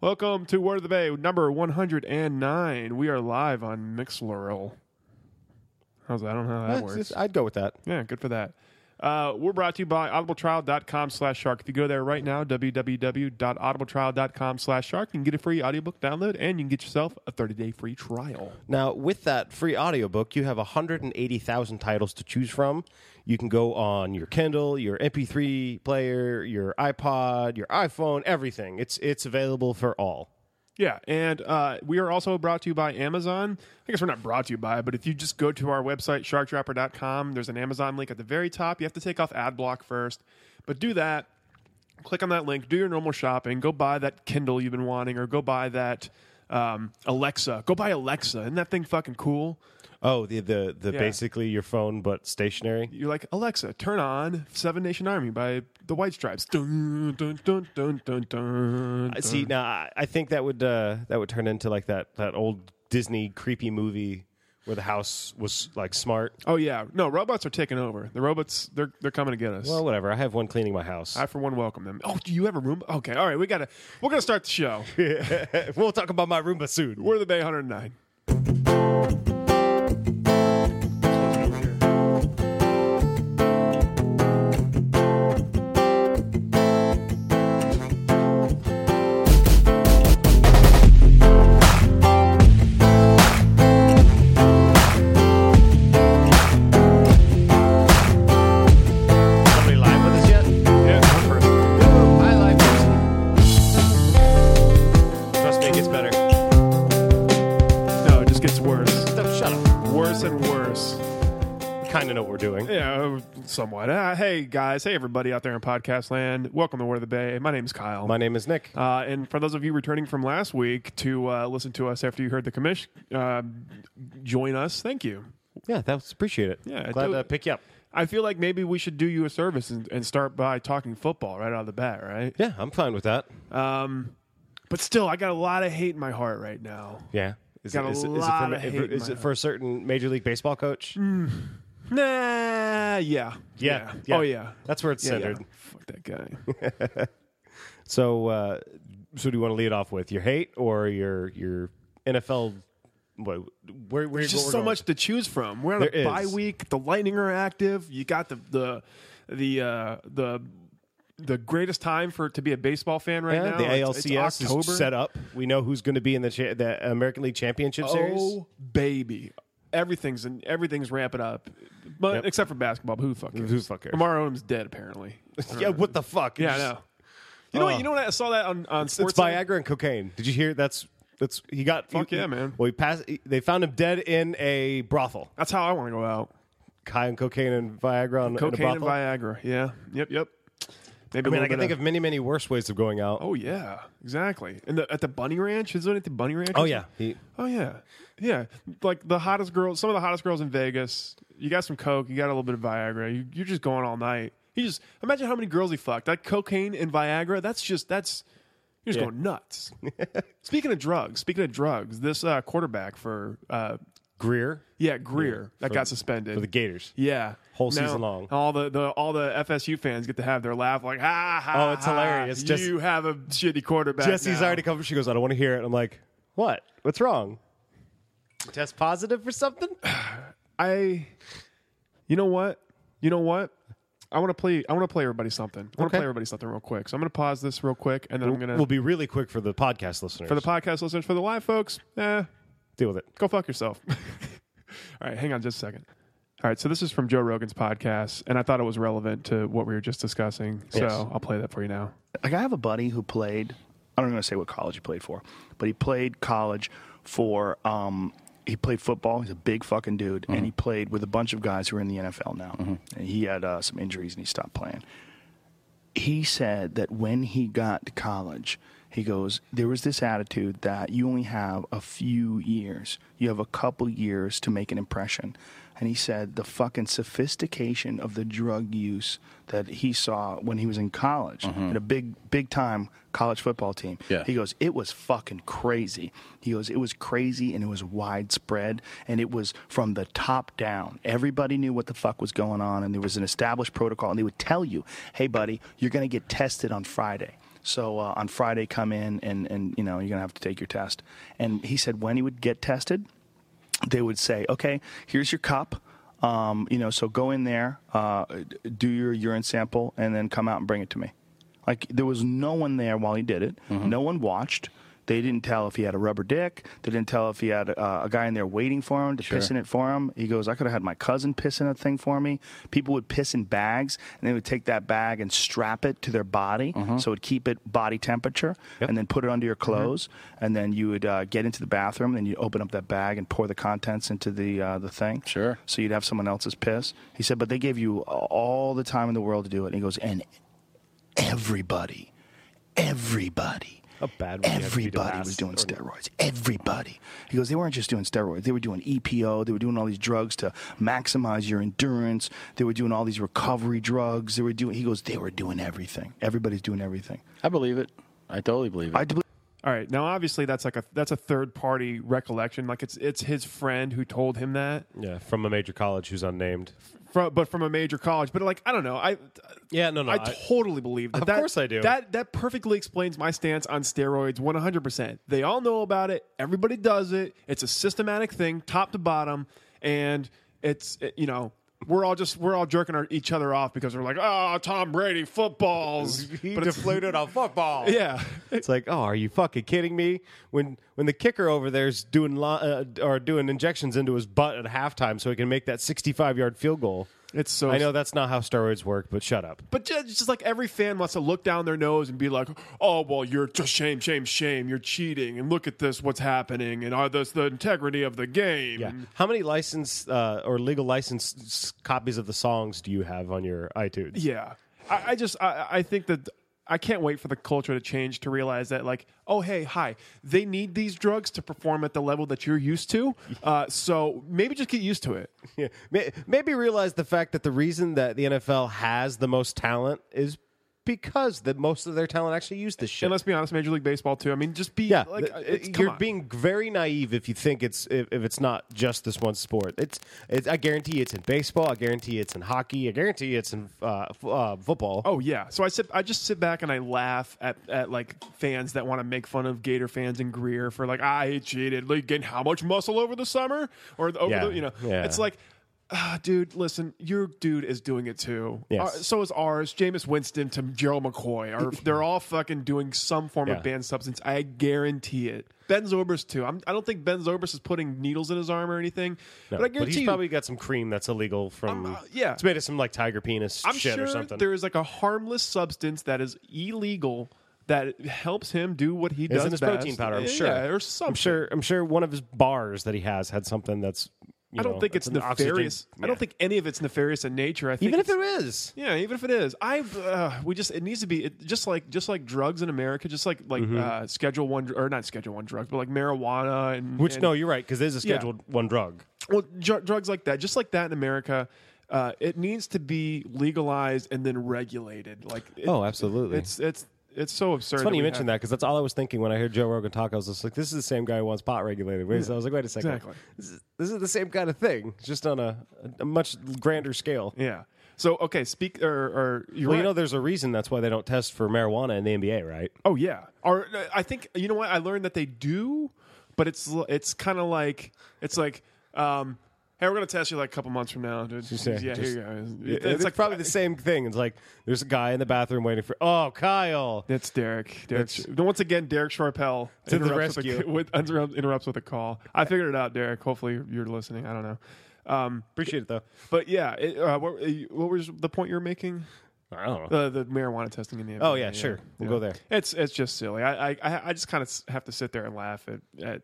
Welcome to Word of the Bay, number 109. We are live on Mixlurl. How's that? I don't know how that Eh, works. just- I'd go with that. Yeah, good for that. Uh, we're brought to you by audibletrial.com slash shark. If you go there right now, www.audibletrial.com slash shark, you can get a free audiobook download and you can get yourself a 30-day free trial. Now, with that free audiobook, you have 180,000 titles to choose from. You can go on your Kindle, your MP3 player, your iPod, your iPhone, everything. It's it's available for all. Yeah, and uh, we are also brought to you by Amazon. I guess we're not brought to you by, but if you just go to our website, sharktrapper.com, there's an Amazon link at the very top. You have to take off ad block first, but do that. Click on that link, do your normal shopping, go buy that Kindle you've been wanting, or go buy that um, Alexa. Go buy Alexa. Isn't that thing fucking cool? Oh, the the, the Yeah. basically your phone but stationary. You're like, Alexa, turn on Seven Nation Army by the White Stripes. Dun, dun, dun, dun, dun, dun, I See, now I, I think that would uh, that would turn into like that that old Disney creepy movie where the house was like smart. Oh yeah, no robots are taking over. The robots they're they're coming to get us. Well, whatever. I have one cleaning my house. I for one welcome them. Oh, do you have a room? Okay, all right, we gotta we're gonna start the show. we'll talk about my Roomba soon. We're the Bay 109. Somebody live with us yet? Yeah, one person. I like person. Trust me, it gets better. No, it just gets worse, Stop, shut up. worse and worse. Kind of know what we're doing. Yeah, somewhat. Uh, hey guys, hey everybody out there in podcast land. Welcome to Word of the Bay. My name's Kyle. My name is Nick. Uh, and for those of you returning from last week to uh, listen to us after you heard the commission, uh, join us. Thank you. Yeah, that was appreciate it. Yeah, glad do to it. pick you up. I feel like maybe we should do you a service and, and start by talking football right out of the bat, right? Yeah, I'm fine with that. Um, but still, I got a lot of hate in my heart right now. Yeah. Is Got a for, lot of hate in is my it for a certain major league baseball coach? Nah, yeah, Yeah, oh yeah, That's where it's yeah, yeah. centered. Fuck that guy. So, uh, so do you want to lead off with your hate or your your NFL? What, where, where There's just where we're so going? much to choose from. We're on There a is. bye week. The Lightning are active. You got the the the uh, the the greatest time for to be a baseball fan right Yeah, now. the It's- it's ALCS October. is set up. We know who's going to be in the cha- the American League Championship Series. Oh baby, everything's and everything's ramping up, but Yep. except for basketball. But who the fuck cares? Who the fuck cares? Lamar Odom's dead apparently. Yeah, what the fuck? Yeah, I It's- know. You know what? You know what? I saw that on on Oh. It's sports. Viagra and cocaine. Did you hear? That's that's he got. Fuck he- yeah, man. Well, he passed. he- They found him dead in a brothel. That's how I want to go out. High on cocaine and Viagra on in a Cocaine and brothel. Viagra. Yeah. Yep. Yep. Maybe I mean, a I can think of. of many, many worse ways of going out. Oh yeah, exactly. And the, at the Bunny Ranch, isn't it the Bunny Ranch? Oh, yeah, he, Oh yeah, yeah. Like the hottest girls, some of the hottest girls in Vegas. You got some coke, you got a little bit of Viagra. You, you're just going all night. He just imagine how many girls he fucked. That cocaine and Viagra. That's just that's you're just Yeah. going nuts. speaking of drugs, speaking of drugs, this uh, quarterback for uh, Greer yeah Greer that got suspended for the Gators. Yeah, Whole Now, season long. All the, the all the FSU fans get to have their laugh, like ha ha. Oh, it's ha, hilarious. Jess- you have a shitty quarterback. Jesse's now." already come. She goes, "I don't want to hear it." I'm like, "What? What's wrong? Test positive for something?" I, you know what? You know what? I want to play. I want to play everybody something. I want to Okay. play everybody something real quick. So I'm going to pause this real quick, and then I'm going We'll to be really quick for the podcast listeners. for the podcast listeners, for the live folks. Eh, deal with it. go fuck yourself. All right, hang on just a second. All right, so this is from Joe Rogan's podcast, and I thought it was relevant to what we were just discussing. Yes. So I'll play that for you now. like I have a buddy who played. I don't even want to say what college he played for, but he played college for. Um, he played football. He's a big fucking dude, and he played with a bunch of guys who are in the NFL now. And he had uh, some injuries, and he stopped playing. He said that when he got to college, he goes, there was this attitude that you only have a few years. You have a couple years to make an impression. And he said the fucking sophistication of the drug use that he saw when he was in college in a big, big time college football team. Yeah. He goes, it was fucking crazy. He goes, it was crazy and it was widespread and it was from the top down. Everybody knew what the fuck was going on and there was an established protocol and they would tell you, hey, buddy, you're going to get tested on Friday. So uh, on Friday, come in and and you know you're gonna have to take your test. And he said when he would get tested, they would say, okay, here's your cup. Um, you know, so go in there, uh, d- do your urine sample, and then come out and bring it to me. Like there was no one there while he did it. No one watched. They didn't tell if he had a rubber dick. They didn't tell if he had uh, a guy in there waiting for him to piss in it for him. He goes, I could have had my cousin piss in a thing for me. People would piss in bags, and they would take that bag and strap it to their body so it would keep it body temperature, and then put it under your clothes. And then you would uh, get into the bathroom, and you'd open up that bag and pour the contents into the, uh, the thing. Sure. So you'd have someone else's piss. He said, but they gave you all the time in the world to do it. And he goes, and everybody, everybody, How bad would you have to be to everybody last was doing or- steroids. Everybody. He goes, they weren't just doing steroids. They were doing EPO. They were doing all these drugs to maximize your endurance. They were doing all these recovery drugs. They were doing. He goes, they were doing everything. Everybody's doing everything. I believe it. I totally believe it. I believe All right. Now, obviously, that's like a that's a third party recollection. Like it's it's his friend who told him that, Yeah, from a major college who's unnamed. from, but from a major college. But like I don't know. I Yeah, no, no. I I- totally believe that. Of that, course I do. That that perfectly explains my stance on steroids 100%. They all know about it. Everybody does it. It's a systematic thing, top to bottom, and it's it- you know, we're all just we're all jerking our, each other off because we're like, "Oh, Tom Brady footballs." But it's- on football. Yeah. It's like, oh, are you fucking kidding me? When when the kicker over there's doing li- uh, or doing injections into his butt at halftime so he can make that 65 yard field goal. It's so I know that's not how steroids work, but shut up. But ju- just, like every fan wants to look down their nose and be like, "Oh well, you're just shame, shame, shame. You're cheating, and look at this, what's happening, and are this the integrity of the game?" Yeah. How many license uh, or legal license copies of the songs do you have on your iTunes? Yeah, I, I just I, I think that I can't wait for the culture to change to realize that like, oh hey, hi, they need these drugs to perform at the level that you're used to. Uh, so maybe just get used to it. Yeah. May- Maybe realize the fact that the reason that the NFL has the most talent is because that most of their talent actually use this shit. And let's be honest, Major League Baseball too. I mean, just be yeah, like, uh, th- it's, come you're on. being very naive if you think it's if, if it's not just this one sport. It's, it's I guarantee it's in baseball. I guarantee it's in hockey. I guarantee it's in uh, f- uh, football. Oh yeah. So I sit, I just sit back and I laugh at, at like fans that want to make fun of Gator fans and Greer for like, ah, he cheated. Like, gained how much muscle over the summer or over Yeah. the, you know, Yeah. it's like. ah, dude, listen, your dude is doing it too. Yes. Uh, so is ours. Jameis Winston to Gerald McCoy. Are, they're all fucking doing some form Yeah. of banned substance. I guarantee it. Ben Zobrist, too. I'm, I don't think Ben Zobrist is putting needles in his arm or anything. No, but I guarantee he's you- probably got some cream that's illegal from I'm, uh, yeah. It's made of some like tiger penis I'm shit sure or something. there is like a harmless substance that is illegal that helps him do what he It's does. in his best. protein powder. I'm Yeah, sure. or something. I'm sure. I'm sure one of his bars that he has had something that's. You I don't know, think it's an oxygen- nefarious. I Yeah. don't think any of it's nefarious in nature. I think even if it's- there is. yeah, even if it is, I uh, we just it needs to be it, just like just like drugs in America, just like like Mm-hmm. uh, Schedule One dr- or not Schedule One drugs, but like marijuana and Which and- no, you're right because there's a scheduled one drug. well dr- drugs like that, just like that in America. Uh, it needs to be legalized and then regulated. Like it- absolutely. it's it's it's so absurd. Oh, It's funny that you we mentioned have- that because that's all I was thinking when I heard Joe Rogan talk. I was just like, "This is the same guy who wants pot regulated." Wait, I was like, "Wait a second, exactly. this, is, this is the same kind of thing, just on a, a much grander scale." Yeah. So okay, speak or, or you're Well, right. you know, there's a reason that's why they don't test for marijuana in the NBA, right? oh yeah. Or uh, I think you know what I learned that they do, but it's l- it's kind of like it's like um, hey, we're gonna test you like a couple months from now. Dude. yeah, yeah, just- here you go. uh, It's, like probably the same thing. It's like there's a guy in the bathroom waiting for. Oh, Kyle. That's Derek. Derek. Once again, Derek Sharpell To the interrupts with a- rescue. with, interrupt- interrupts with a call. I figured it out, Derek. Hopefully you're listening. I don't know. Um, Appreciate it though. but yeah, it, uh, what, what was the point you were making? I don't know. The the marijuana testing in the NBA. Oh, yeah, sure. We'll go there. It's it's just silly. I I- I, I just kind of have to sit there and laugh at. at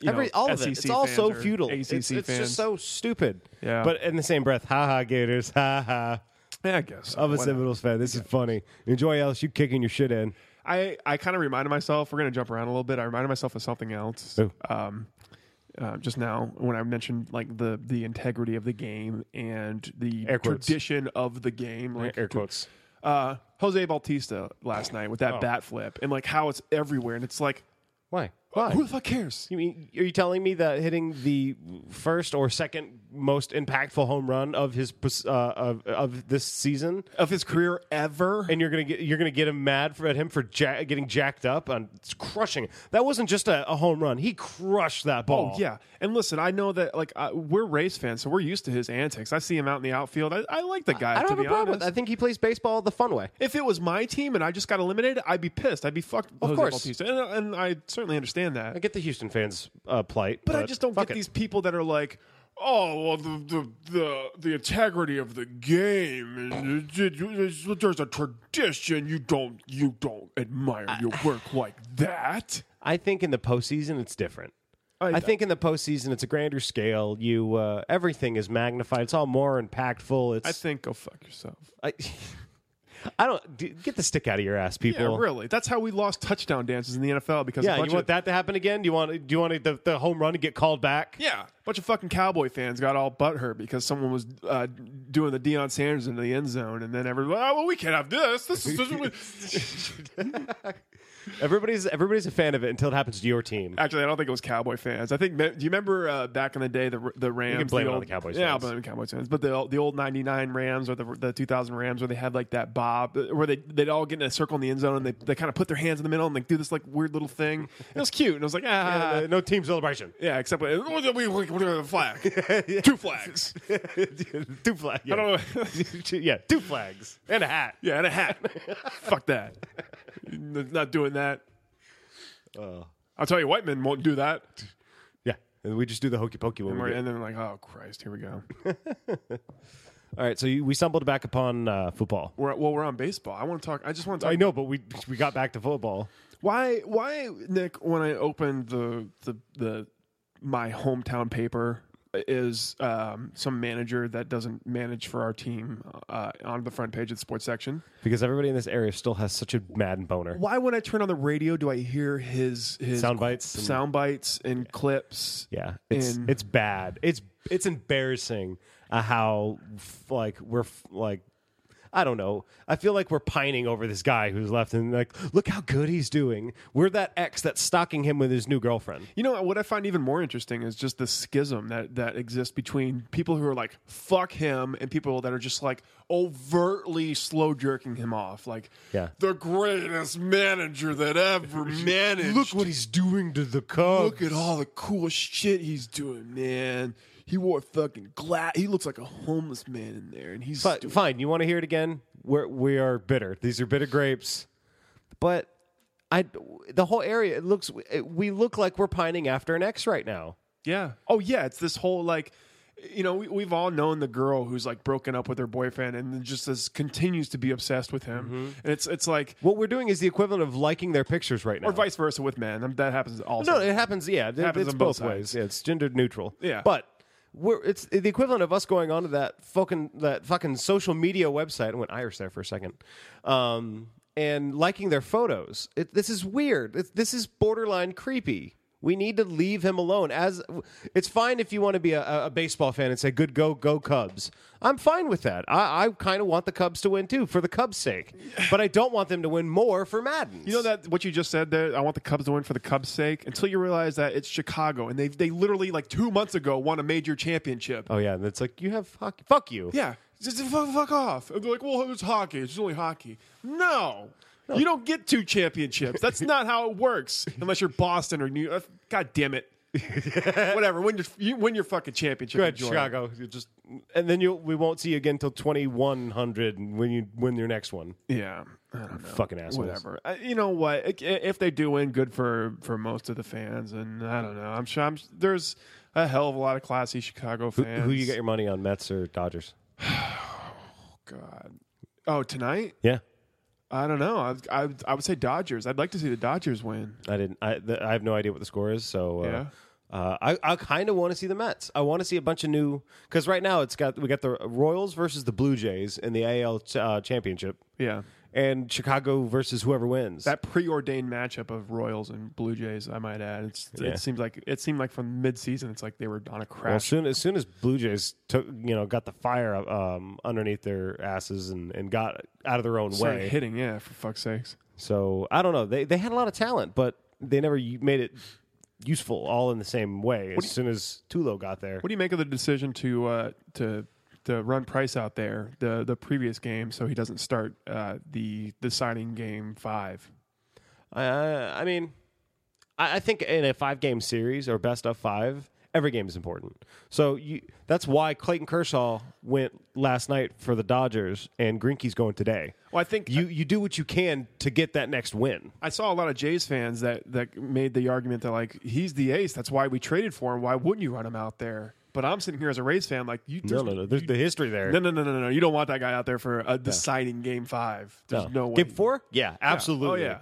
you Every, know, all of it. SEC It's all fans so or futile. ACC It's, it's fans. just so stupid. Yeah. But in the same breath, ha ha, Gators, ha ha. Yeah, I guess. so. I'm a Whatever. Seminoles fan. This is funny. Enjoy LSU kicking your shit in. I, I kind of reminded myself. We're gonna jump around a little bit. I reminded myself of something else. Ooh. Um, uh, just now when I mentioned like the the integrity of the game and the Air quotes. tradition of the game, like Air quotes. uh, Oh. Jose Bautista last night with that bat flip and like how it's everywhere and it's like Why? Why? Who the fuck cares? You mean are you telling me that hitting the first or second most impactful home run of his pos- uh, of of this season, Of his career ever? and you're gonna get you're gonna get him mad for, at him for ja- getting jacked up on it's crushing. it. That wasn't just a, a home run; he crushed that ball. Oh yeah, and listen, I know that like uh, we're Rays fans, so we're used to his antics. I see him out in the outfield. I, I like the guy. I don't to have a be problem with. honest. that. I think he plays baseball the fun way. If it was my team and I just got eliminated, I'd be pissed. I'd be fucked. Of course. Bautista. And, and I certainly understand that. I get the Houston fans' uh, plight, but, I just don't fuck get it. these people that are like, oh, well, the the the, the integrity of the game. is- it- it- There's a tradition. You don't you don't admire your work like that. I think in the postseason it's different. I- I, think in the postseason it's a grander scale. You uh, everything is magnified. It's all more impactful. It's I think go fuck yourself. I, I don't d- get the stick out of your ass, people. Yeah, really. That's how we lost touchdown dances in the NFL because Yeah, a you bunch want of, that to happen again? Do you want? Do you want the, the home run to get called back? Yeah, a bunch of fucking cowboy fans got all butthurt because someone was uh, doing the Deion Sanders into the end zone, and then everyone, oh, well, we can't have this. This is this is- Everybody's everybody's a fan of it until it happens to your team. actually, I don't think it was cowboy fans. I think do you remember uh, back in the day the the Rams? blame the it on old- the Cowboys Yeah, I'll fans. blame it on the Cowboys fans. But the old- the old '99 Rams or the the 2000 Rams where they had like that bob uh, where they they'd all get in a circle in the end zone and they they kind of put their hands in the middle and like do this like weird little thing. It was cute, and I was like, ah, Uh, no team celebration. Yeah, except when, we, we, we, we- flag. Two flags. two flags. Yeah. don't know. yeah, two flags and a hat. Yeah, and a hat. Fuck that. N- Not doing that. Oh. I'll tell you, white men won't do that. Yeah, and we just do the hokey pokey when And, we we're- get. and then like, oh Christ, here we go. All right, so you, we stumbled back upon uh, football. We're, well, we're on baseball. I want to talk. I just want to talk. I know, but we we got back to football. Why, why, Nick? When I opened the the the my hometown paper is um, some manager that doesn't manage for our team uh, on the front page of the sports section. because everybody in this area still has such a mad boner. why when I turn on the radio do I hear his his Sound bites and- sound bites and clips? Yeah, it's And- it's bad. It's it's embarrassing uh, how f- like we're f- like I don't know. I feel like we're pining over this guy who's left and like look how good he's doing. We're that ex that's stalking him with his new girlfriend. You know what I find even more interesting is just the schism that that exists between people who are like fuck him and people that are just like overtly slow jerking him off, like Yeah. the greatest manager that ever managed. what he's doing to the Cubs. Look at all the cool shit he's doing, man. He wore fucking glass. He looks like a homeless man in there, and he's But fine, you want to hear it again? We're, we are bitter. These are bitter grapes. But I the whole area it looks we look like we're pining after an ex right now. Yeah. Oh yeah, it's this whole like you know, we, we've all known the girl who's like broken up with her boyfriend and just as continues to be obsessed with him. Mm-hmm. And it's it's like What we're doing is the equivalent of liking their pictures right now. or vice versa with men. I mean, that happens also. No, it happens. Yeah, it happens it's on both both, sides. ways. Yeah, it's gender neutral. Yeah. but we're it's the equivalent of us going onto that fucking that fucking social media website. I went Irish there for a second, um, and liking their photos. It, this is weird. It, this is borderline creepy. We need to leave him alone. As it's fine if you want to be a, a baseball fan and say "Good go go Cubs." I'm fine with that. I, I kind of want the Cubs to win too, for the Cubs' sake, but I don't want them to win more for Madden. you know that what you just said there, I want the Cubs to win for the Cubs' sake until you realize that it's Chicago and they they literally like 2 months ago won a major championship. Oh yeah, and it's like you have fuck, fuck you. Yeah. Just fuck, fuck off. And they're like, "Well, it's hockey. It's only hockey." No. You don't get two championships. That's not how it works, unless you're Boston or New. York. God damn it! Whatever. When you're you, when your fucking championship. Go ahead, enjoy it. Chicago. You just and then you we won't see you again until twenty one hundred when you win your next one. Yeah. I don't know. Fucking assholes. Whatever. I, you know what? I- If they do win, good for for most of the fans. And I don't know. I'm sure I'm, there's a hell of a lot of classy Chicago fans. Who you got your money on, Mets or Dodgers? God. Oh, tonight? Yeah, I don't know. I, I I would say Dodgers. I'd like to see the Dodgers win. I didn't. I th- I have no idea what the score is. So uh, Yeah. uh, I I kind of want to see the Mets. I want to see a bunch of new because right now it's got we got the Royals versus the Blue Jays in the AL ch- uh, championship. Yeah. And Chicago versus whoever wins. that preordained matchup of Royals and Blue Jays, I might add, it's, Yeah. it seems like it seemed like from midseason, it's like they were on a Well, crash. soon as soon as Blue Jays took, you know, got the fire um, underneath their asses and, and got out of their own Started way. hitting, yeah, for fuck's sakes. So I don't know. They they had a lot of talent, but they never u- made it useful all in the same way. As soon as Tulo got there, What do you make of the decision to uh, to to run Price out there the the previous game so he doesn't start uh, the deciding game five? Uh, I mean, I, I think in a five game series or best of five, every game is important. So you, that's why Clayton Kershaw went last night for the Dodgers and Grinke's going today. Well, I think You, you do what you can to get that next win. I saw a lot of Jays fans that that made the argument that like he's the ace. That's why we traded for him. Why wouldn't you run him out there? But I'm sitting here as a Rays fan, like you. No, no, no. There's the history there. No, no, no, no, no, no. You don't want that guy out there for a deciding game five. There's no, way. Game four? Yeah, absolutely. Oh yeah.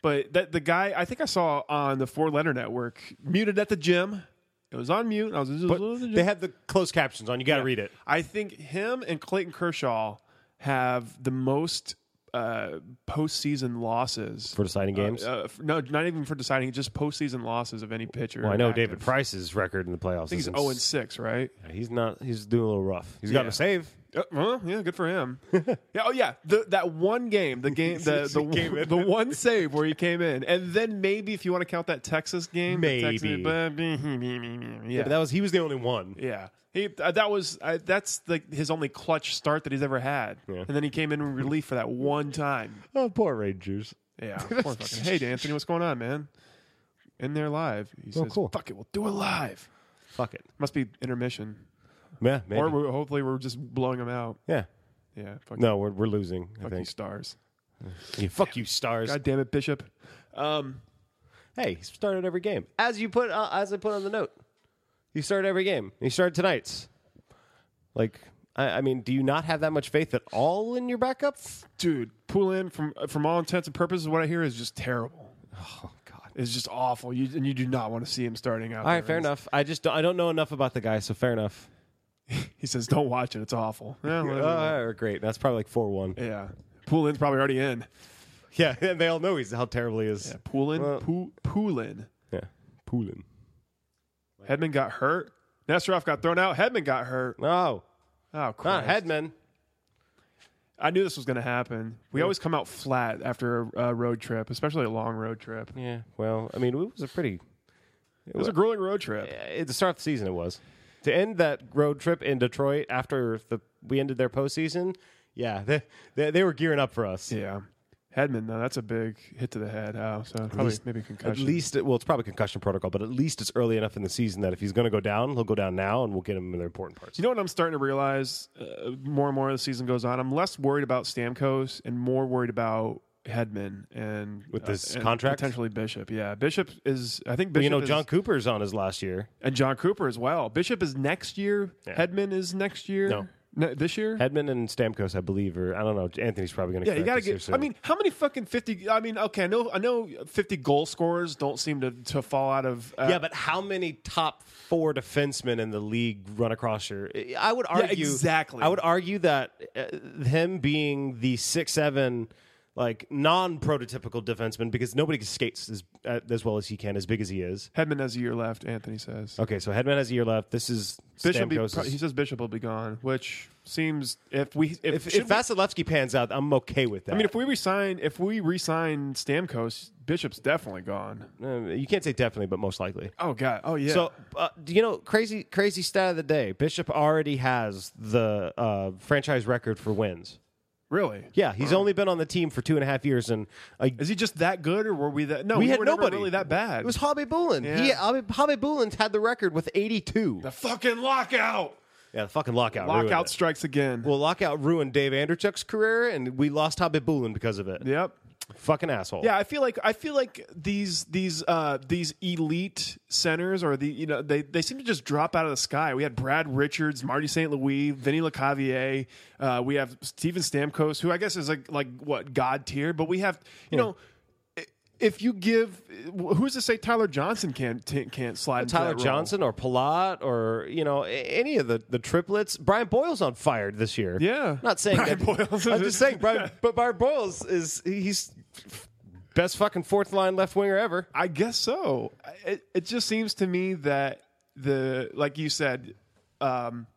But that the guy I think I saw on the Four Letter Network muted at the gym. It was on mute. I was just, But they had the closed captions on. You got to read it. I think him and Clayton Kershaw have the most uh, postseason losses For deciding games? Uh, f- no, not even for deciding, just postseason losses of any pitcher. Well, I know active. David Price's record in the playoffs. He's is zero and six, right? He's not. He's doing a little rough. oh He's got Yeah. a save. Uh, well, yeah, good for him. yeah, oh yeah, the, that one game, the game, the the, came one, in. the one save where he came in, and then maybe if you want to count that Texas game, the Texas- Maybe. but- yeah, But that was he was the only one. Yeah, he uh, that was uh, that's like his only clutch start that he's ever had, and then he came in in relief for that one time. Oh, poor Rangers. Yeah, poor fucking. Hey, Anthony, what's going on, man? In there live, he says, Oh, cool. "Fuck it, we'll do it live." Fuck it. Must be intermission, Yeah, maybe. or we hopefully we're just blowing him out. yeah. Yeah, fuck, No, we're, we're losing. I fuck you, think. stars. Yeah, fuck you, stars. God damn it, Bishop. Um, Hey, he started every game as you put uh, as I put on the note. He started every game. He started tonight's. Like, I, I mean, do you not have that much faith at all in your backup? dude, Poulin, from uh, from all intents and purposes, what I hear is just terrible. Oh God. It's just awful. You and you do not want to see him starting out. All there. right, fair enough. I just don't, I don't know enough about the guy, so fair enough. He says, "Don't watch it. It's awful." Yeah, whatever. Uh, great. That's probably like four one. Yeah. Poulin's probably already in. Yeah, and they all know he's how terrible he is. Poulin, Well- Pou- Poulin. Yeah, Poolin. Hedman got hurt. Nesterov got thrown out. Hedman got hurt. No, Oh, not Christ. Headman. I knew this was going to happen. We always come out flat after a, a road trip, especially a long road trip. It Yeah. Well, I mean, it was a pretty. was a grueling road trip. At Eh, the start of the season, it was to end that road trip in Detroit after the we ended their postseason. Yeah, they they, they were gearing up for us. Yeah. Hedman, though, that's a big hit to the head. Oh, so probably least- maybe At concussion. least, well, it's probably concussion protocol, but at least it's early enough in the season that if he's going to go down, he'll go down now, and we'll get him in the important parts. you know what I'm starting to realize uh, more and more as the season goes on? I'm less worried about Stamkos and more worried about Hedman and uh, With this and contract? potentially Bishop. Yeah, Bishop is. I think Bishop. Well, you know, is- John Cooper's on his last year. and John Cooper as well. Bishop is next year. Headman is next year. No. Ne- this year. Hedman and Stamkos, I believe, or I don't know. Anthony's probably going to. yeah, you gotta get. I mean, how many fucking fifty? I mean, okay, I know, I know, fifty goal scorers don't seem to, to fall out of. Uh, yeah, but how many top four defensemen in the league run across your? I would argue exactly. I would argue that uh, him being the six seven, like non prototypical defenseman, because nobody skates as uh, as well as he can, as big as he is. Hedman has a year left. Anthony says. Okay, so Headman has a year left. This is Bishop will be, Uh, Stamkos. pro- he says Bishop will be gone, which seems if we if, if should if we- Vasilevsky pans out, I'm okay with that. I mean if we resign if we resign Stamkos, Bishop's definitely gone. Uh, you can't say definitely, but most likely. Oh god, oh yeah. So, uh, do you know, crazy, crazy stat of the day. Bishop already has the uh, franchise record for wins. really, Yeah, he's only been on the team for two and a half years, and uh, is he just that good or were we that? No, we, we had were never nobody really that bad. It was Hobby Bullen. Yeah. He Hobby, Hobby Bullen's had the record with eighty-two. the fucking lockout. Yeah, the fucking lockout. ruined Lockout it. strikes again. Well, lockout ruined Dave Anderchuk's career, and we lost Hobby Bullen because of it. yep. Fucking asshole. Yeah, I feel like I feel like these these uh, these elite centers or the you know they, they seem to just drop out of the sky. We had Brad Richards, Marty St. Louis, Vinny LeCavier. Uh, we have Steven Stamkos, who I guess is like like what god tier, but we have you know. i- If you give, who's to say Tyler Johnson can't can't slide? into Uh, Tyler that role? Johnson or Palat or you know a- any of the, the triplets. Brian Boyle's on fire this year. Yeah. not saying Brian that, Boyles. I'm just saying, Brian, but Brian Boyles is he's best fucking fourth line left winger ever. I guess so. It, it just seems to me that the like you said, um,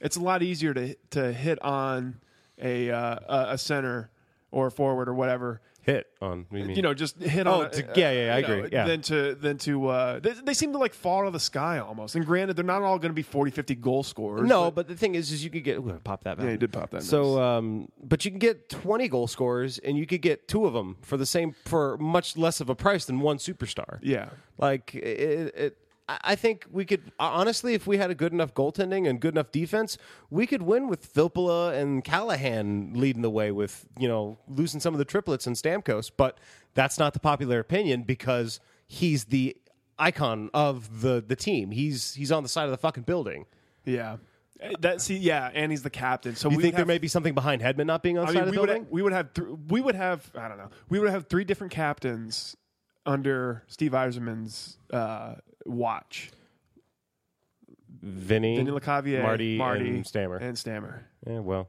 it's a lot easier to to hit on a uh, a- a center or a forward or whatever hit on. What do you, mean? you know, just hit Oh, on. a- to- yeah, yeah, yeah, I you know, agree, yeah. Than to than to uh, they, they seem to like fall out of the sky almost. And granted, they're not all going to be 40, 50 goal scorers. No, but the thing is, is you could get ooh, pop that. Back. Yeah, you did pop that. So, um, but you can get twenty goal scorers, and you could get two of them for the same for much less of a price than one superstar. Yeah. like it. it I I think we could honestly, if we had a good enough goaltending and good enough defense, we could win with Vilpula and Callahan leading the way with you know losing some of the triplets and Stamkos. But that's not the popular opinion because he's the icon of the the team. He's he's on the side of the fucking building. yeah, Eh, that see, yeah, and he's the captain. So You we think have, there may be something behind Hedman not being on I the mean, side of we the would building? have, we would have th- we would have I don't know we would have three different captains under Steve Eiserman's uh, watch. Vinny, Vinny LeCavier, Marty, Marty, and Stammer. and Stammer. yeah, well,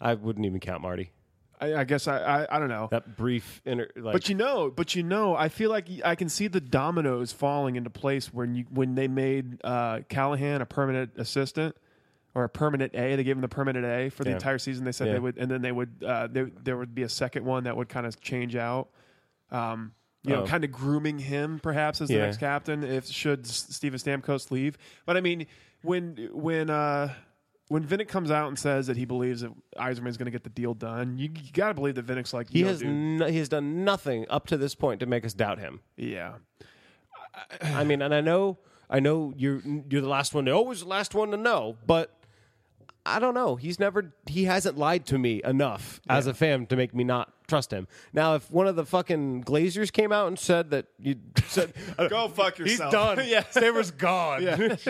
I wouldn't even count Marty. I, I guess I, I I don't know. That brief inter, like, But you know, but you know, I feel like I can see the dominoes falling into place when you when they made uh, Callahan a permanent assistant or a permanent A. They gave him the permanent A for the Yeah. entire season. They said Yeah. they would, and then they would uh, there there would be a second one that would kind of change out. Um, you know, Oh. kind of grooming him perhaps as the Yeah. next captain if should S- Steven Stamkos leave. But I mean, when when uh, when Vinnick comes out and says that he believes that Eiserman's going to get the deal done, you, you got to believe that Vinnick's like he "Yo, has dude, no, he has done nothing up to this point to make us doubt him. yeah. I mean, and I know I know you're you're the last one to always the last one to know, but I don't know. He's never he hasn't lied to me enough as a fan to make me not trust him. Now, if one of the fucking Glazers came out and said that you said uh, Go fuck yourself. He's done. yeah. Stammer's gone.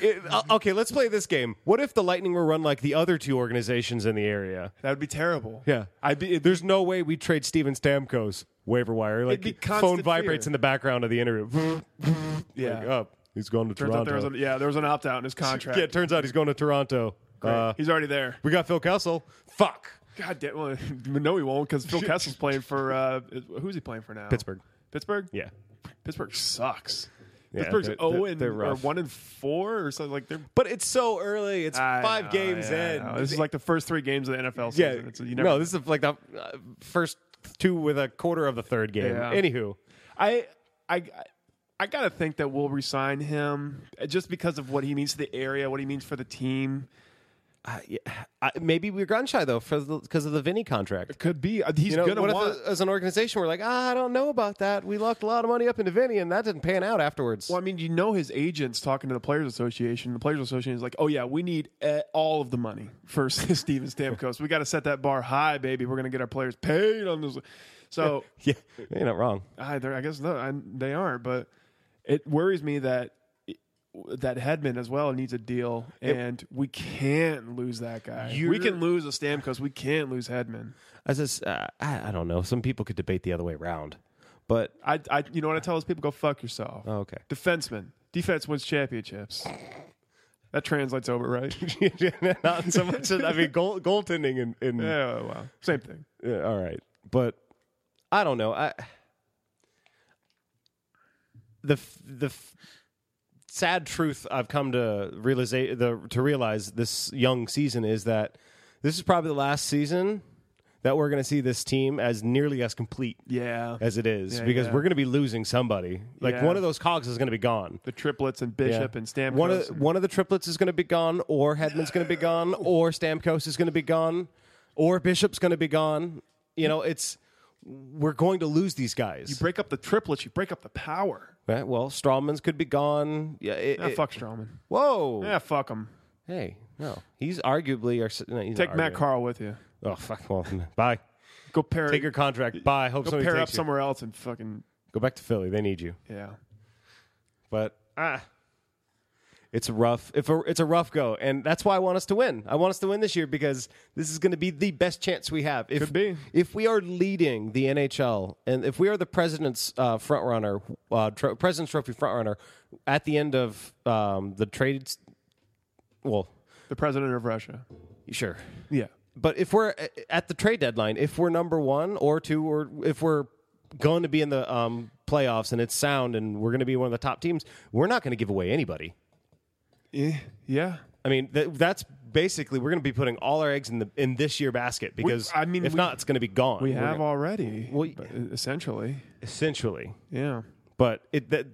It- uh, okay, let's play this game. What if the Lightning were run like the other two organizations in the area? That would be terrible. I'd be, there's no way we trade Steven Stamkos waiver wire. Like be phone constant vibrates fear. in the background of the interview. Yeah. Like, oh, he's going to Turns out there was Toronto. an, yeah, there was an opt out in his contract. yeah, it turns out he's going to Toronto. Uh, He's already there. we got Phil Kessel. Fuck. God damn. Well, no, he won't because Phil Kessel's playing for uh, who's he playing for now? Pittsburgh. Pittsburgh. Yeah. Pittsburgh sucks. Yeah, Pittsburgh's they're- zero they're- and they're or rough. one and four or something like they're But it's so early. It's I five know, games yeah, I in. know. This is like the first three games of the NFL yeah. season. It's, you never, no, this is like the uh, first two with a quarter of the third game. Yeah. Anywho, I I I gotta think that we'll resign him uh, just because of what he means to the area, what he means for the team. I, yeah, I, maybe we're gun shy though because of the Vinny contract. Could be. Uh, He's You know, gonna what want. if uh, as an organization we're like, ah, I don't know about that. We locked a lot of money up into Vinny, and that didn't pan out afterwards. Well, I mean, you know his agents talking to the Players Association. The Players Association is like, "Oh yeah, we need eh, all of the money for Steven Stamkos. We got to set that bar high, baby. We're going to get our players paid on this." So Yeah, you're not wrong. I, they're- I guess no, I, they aren't. But it worries me that that Headman as well needs a deal, and we can't lose that guy. We You're- can lose a Stamkos. We can't lose Headman. As this, uh, I, I don't know. Some people could debate the other way around, but I, I, you know what I tell those people? Go fuck yourself. oh, okay. Defenseman, defense wins championships. That translates over, right? not so much. I mean, goal, goaltending and, and Yeah, well, same thing. Yeah, all right, but I don't know. I the f- the f- sad truth I've come to realize the to realize this young season is that this is probably the last season that we're going to see this team as nearly as complete Yeah, as it is Yeah, because yeah. we're going to be losing somebody. Like Yeah. one of those cogs is going to be gone. the triplets and Bishop and Stamkos. One of the, and- one of the triplets is going to be gone, or Hedman's going to be gone, or Stamkos is going to be gone, or Bishop's going to be gone. You know, it's we're going to lose these guys. break up the triplets. You break up the power. Right, well, Strawman's could be gone. Yeah. It, Yeah, it- Ah, fuck Strowman. Whoa. Yeah, fuck him. Hey, no, he's arguably our. s- No, he's Take not Matt arguably. Carl with you. Oh fuck! Well, bye. Go pair. Take your contract. Bye. Hope go somebody pair up takes you. somewhere else and fucking Go back to Philly. They need you. yeah. But ah, it's a rough. If a, it's a rough go, and that's why I want us to win. I want us to win this year because this is going to be the best chance we have. If, Could be. If we are leading the NHL, and if we are the president's uh, front runner, uh, tro- president's trophy front runner, at the end of um, the trades, well, The president of Russia. sure. Yeah. But if we're a- at the trade deadline, if we're number one or two, or if we're going to be in the um, playoffs and it's sound and we're going to be one of the top teams, we're not going to give away anybody. Eh, Yeah. I mean, th- that's basically we're going to be putting all our eggs in the in this year basket because I mean, if we- not, it's going to be gone. We We're have gonna- already, Well, but e-, essentially. essentially, Yeah. but it that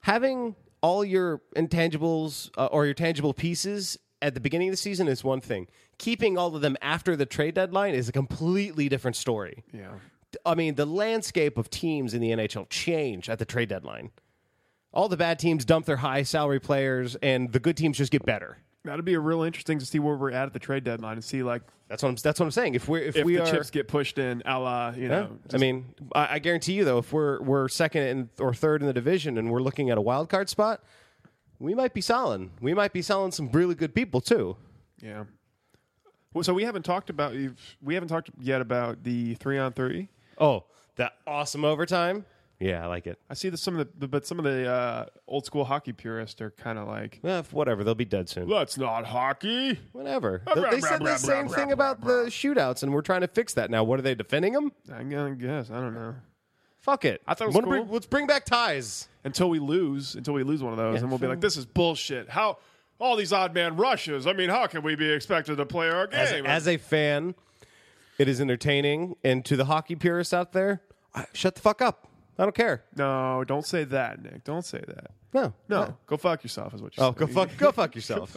having all your intangibles uh, or your tangible pieces at the beginning of the season is one thing. Keeping all of them after the trade deadline is a completely different story. Yeah. I mean, the landscape of teams in the NHL change at the trade deadline. All the bad teams dump their high salary players, and the good teams just get better. That'd be a real interesting to see where we're at at the trade deadline and see like That's what I'm. That's what I'm saying. If we're if, if we the are, chips get pushed in, a la you Yeah. know, I mean, I, I guarantee you though, if we're we're second and or third in the division, and we're looking at a wild card spot, we might be selling. We might be selling some really good people too. yeah. Well, so we haven't talked about you've- we haven't talked yet about the three on three. Oh, that awesome overtime! Yeah, I like it. I see that some of the but some of the uh, old school hockey purists are kind of like Well, if- Eh, whatever, they'll be dead soon. that's not hockey. Whatever. They- they said the same thing about the shootouts, and we're trying to fix that now. What are they defending them? I guess I don't know. Fuck it. I thought it was Wanna bring- cool. let's bring back ties. until we lose, until we lose one of those, and we'll be like, "This is bullshit." How all these odd man rushes? I mean, how can we be expected to play our game? As, as a fan, it is entertaining, and to the hockey purists out there, I- shut the fuck up. I don't care. no, don't say that, Nick. Don't say that. No, No, go fuck yourself is what you're Oh, go fuck, go fuck yourself.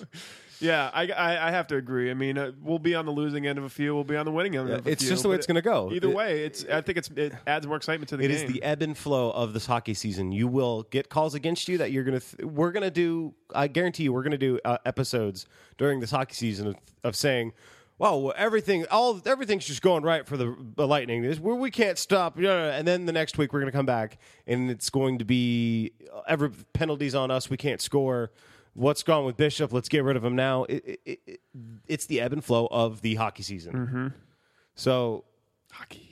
Yeah, I, I, I have to agree. I mean, uh, we'll be on the losing end of a few. We'll be on the winning end of a It's few, just the way but it's gonna go. Either It- way, it's. I think it's. It adds more excitement to the It game. is the ebb and flow of this hockey season. You will get calls against you that you're gonna. Th- we're gonna do. I guarantee you, we're gonna do uh, episodes during this hockey season of, of saying, "Wow, well, everything, all everything's just going right for the, the Lightning. This we, we can't stop." blah, blah, blah. And then the next week, we're gonna come back, and it's going to be uh, every penalties on us. We can't score. What's gone with Bishop? Let's get rid of him now. It, it, it- it, it's the ebb and flow of the hockey season. So hockey.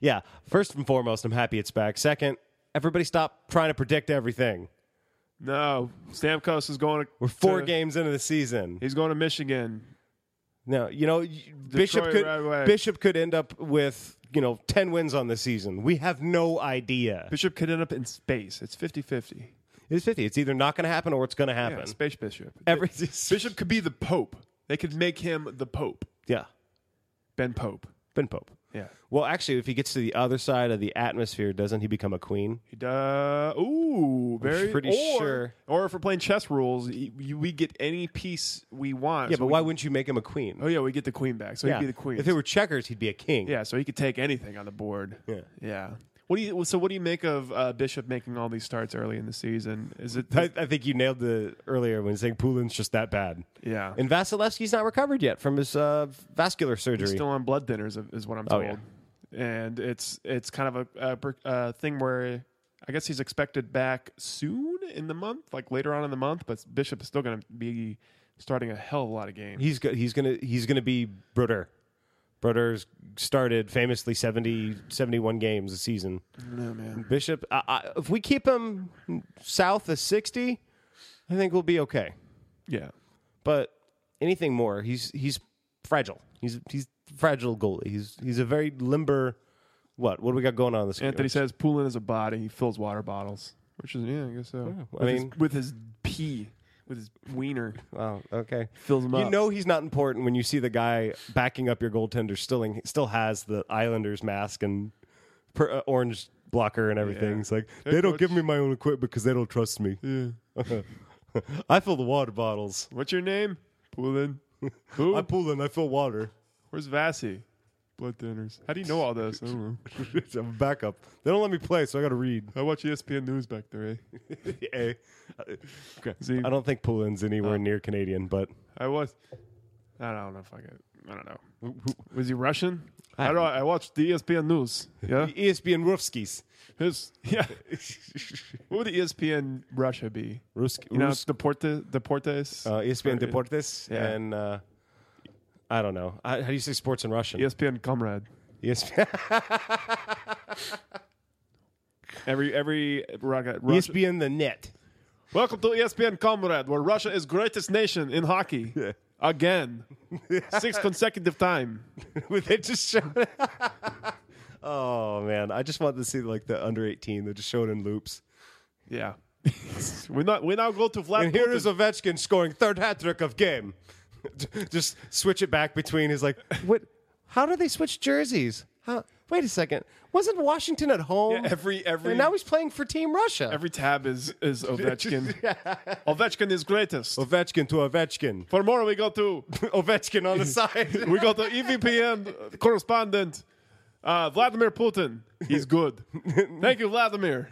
yeah. First and foremost, I'm happy it's back. Second, everybody stop trying to predict everything. No, Stamkos is going. To, We're four to- games into the season. He's going to Michigan. No, you know, y- Bishop Detroit could right away. Bishop could end up with, you know, 10 wins on the season. We have no idea. Bishop could end up in space. It's 50-50. It's 50. It's either not going to happen or it's going to happen. Yeah, space Bishop. Every Bishop could be the Pope. They could make him the Pope. Yeah. Ben Pope. Ben Pope. Yeah. Well, actually, if he gets to the other side of the atmosphere, doesn't he become a queen? He does. Ooh, very pretty or- sure. Or if we're playing chess rules, y- you, we get any piece we want. Yeah, So but we- why wouldn't you make him a queen? Oh yeah, we get the queen back, so yeah. he'd be the queen. If it were checkers, he'd be a king. yeah, so he could take anything on the board. Yeah. yeah. What do you? So what do you make of uh, Bishop making all these starts early in the season? Is it? I, I think you nailed the earlier when saying Pulin's just that bad. yeah, And Vasilevsky's not recovered yet from his uh, vascular surgery. He's still on blood thinners, is- is what I'm Oh, told. And it's it's kind of a, a, per- uh thing where I guess he's expected back soon in the month, like later on in the month. But Bishop is still going to be starting a hell of a lot of games. he's go- he's gonna he's gonna be Broder. Broder's started famously 70, 71 games a season. No man. Bishop, I, I, if we keep him south of sixty, I think we'll be okay. Yeah. But anything more, he's he's fragile. He's he's fragile goalie. He's he's a very limber. What what do we got going on in this? Anthony says Poulin is a body. He fills water bottles, which is yeah, I guess so. I With his- mean- with his pee, with his wiener, "Wow, okay." fills him You up. know he's not important when you see the guy backing up your goaltender still still has the Islanders mask and per, uh, orange blocker and everything. Yeah. It's like Hey, they don't coach." give me my own equipment because they don't trust me. I fill the water bottles. What's your name? Poulin. Who? I pull in. I fill water. Where's Vassy? Blood thinners. How do you know all this? I don't know. I'm a backup. They don't let me play, so I got to read. I E watch ESPN News back there. Eh? Eh. See? uh, I don't think Poulin's anywhere near Canadian, but I was. I don't know if I could. I don't know. Was he Russian? I don't. I watched the E ESPN news. Yeah. ESPN Ruskies. His, yeah. what would E the ESPN Russia be? Rusk, You know, Rus- Deporte, Deportes. uh, ESPN Or- Deportes yeah. and uh, I don't know. I, how do you say sports in Russian? E ESPN Comrade. ESPN, Every every Russia. ESPN the net. Welcome to E ESPN Comrade, where Russia is greatest nation in hockey. Again, six consecutive time. they just showed. oh man, I just wanted to see like the under eighteen. They just showed in loops. Yeah. we not we now go to Vlad. And here Putin. is Ovechkin scoring third hat trick of game. just switch it back between is like what how do they switch jerseys how wait a second wasn't washington at home Yeah, every- every- and now he's playing for team russia Every tab is is Ovechkin. Ovechkin is greatest. ovechkin to ovechkin For more, we go to ovechkin on the side we go to E EVPN correspondent uh, Vladimir Putin. He's good. Thank you, Vladimir.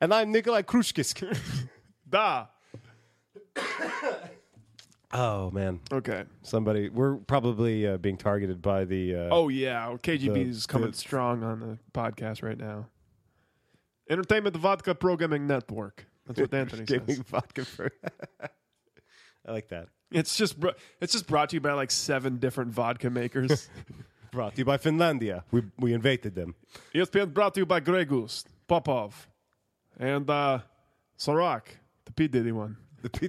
and i'm nikolai krushkisk Da. oh man Okay. somebody we're probably uh, being targeted by the uh, Oh yeah, KGB The- is coming the- strong on the podcast right now. Entertainment Vodka Programming Network. That's what Anthony gave me says. vodka for i like that It's just br- it's just brought to you by like seven different vodka makers. brought to you by finlandia we, we invaded them ESPN brought to you by Grey Goose, Popov, and uh, Soroc, the P Diddy one.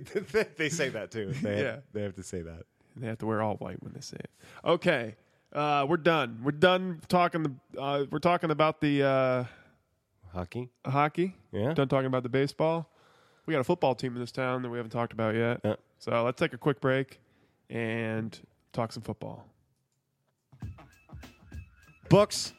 they say that too they, Yeah. they have to say that And they have to wear all white when they say it. Okay, uh, we're done. We're done talking. The, uh, we're talking about the hockey uh, hockey. Yeah. Done talking about the baseball. We got a football team in this town that we haven't talked about yet. Yeah. So let's take a quick break and talk some football. books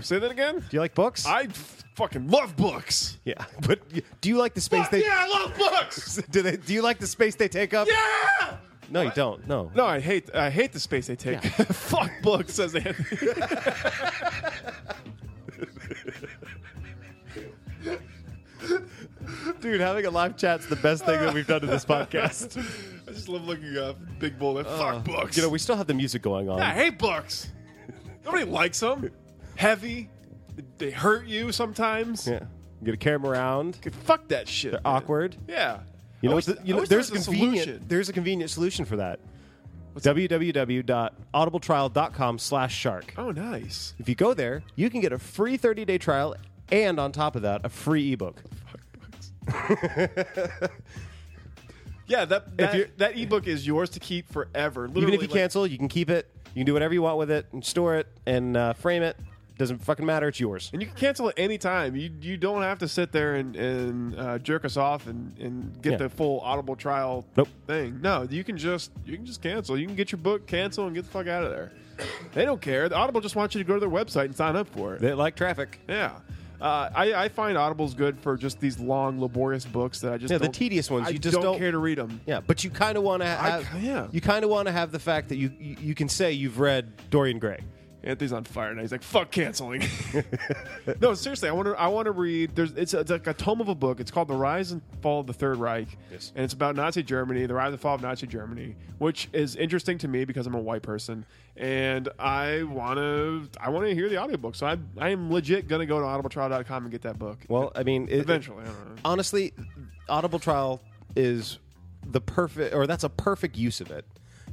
Say that again. Do you like books? I f- fucking love books. yeah, but do you like the space Fuck they yeah, I love books. do they do you like the space they take up? yeah. No, you don't. No. No, I hate I hate the space they take. Fuck books, says Anthony. Dude, having a live chat's the best thing that we've done to this podcast. I just love looking up big bullet. Fuck books. Uh, you know, we still have the music going on. I hate books. Nobody likes them. Heavy. They hurt you sometimes. yeah. You gotta carry 'em around. Okay, Fuck that shit. man. Awkward. Yeah. You I know, wish- the- you I know wish there's, there was a a convenient solution. there's a convenient solution for that. www.audibletrial.com/shark. Oh, nice. If you go there, you can get a free 30-day trial and on top of that, a free ebook. Yeah, that that, you're- that ebook is yours to keep forever. Literally, Even if you like- cancel, you can keep it. You can do whatever you want with it and store it and uh, frame it. Doesn't fucking matter. It's yours. and you can cancel at any time. You you don't have to sit there and and uh, jerk us off and and get Yeah. the full Audible trial Nope. thing. No, you can just you can just cancel. You can get your book, cancel, and get the fuck out of there. they don't care. The Audible just wants you to go to their website and sign up for it. They like traffic. Yeah. Uh, I, I find Audible's good for just these long, laborious books that I just Yeah, the don't- tedious ones, I you just don't, don't- care to read them. Yeah, but you kind of want to have. yeah. You kind of want to have the fact that you, you you can say you've read Dorian Gray. Anthony's on fire now. He's like, "Fuck canceling." no, seriously, I want to. I want to read. There's it's, it's like a tome of a book. It's called "The Rise and Fall of the Third Reich," Yes. and it's about Nazi Germany, the rise and fall of Nazi Germany, which is interesting to me because I'm a white person and I want to. I want to hear the audiobook, so I I am legit gonna go to audibletrial.com and get that book Well, I mean, it, eventually. I don't know. honestly, Audible Trial is the perfect, or that's a perfect use of it,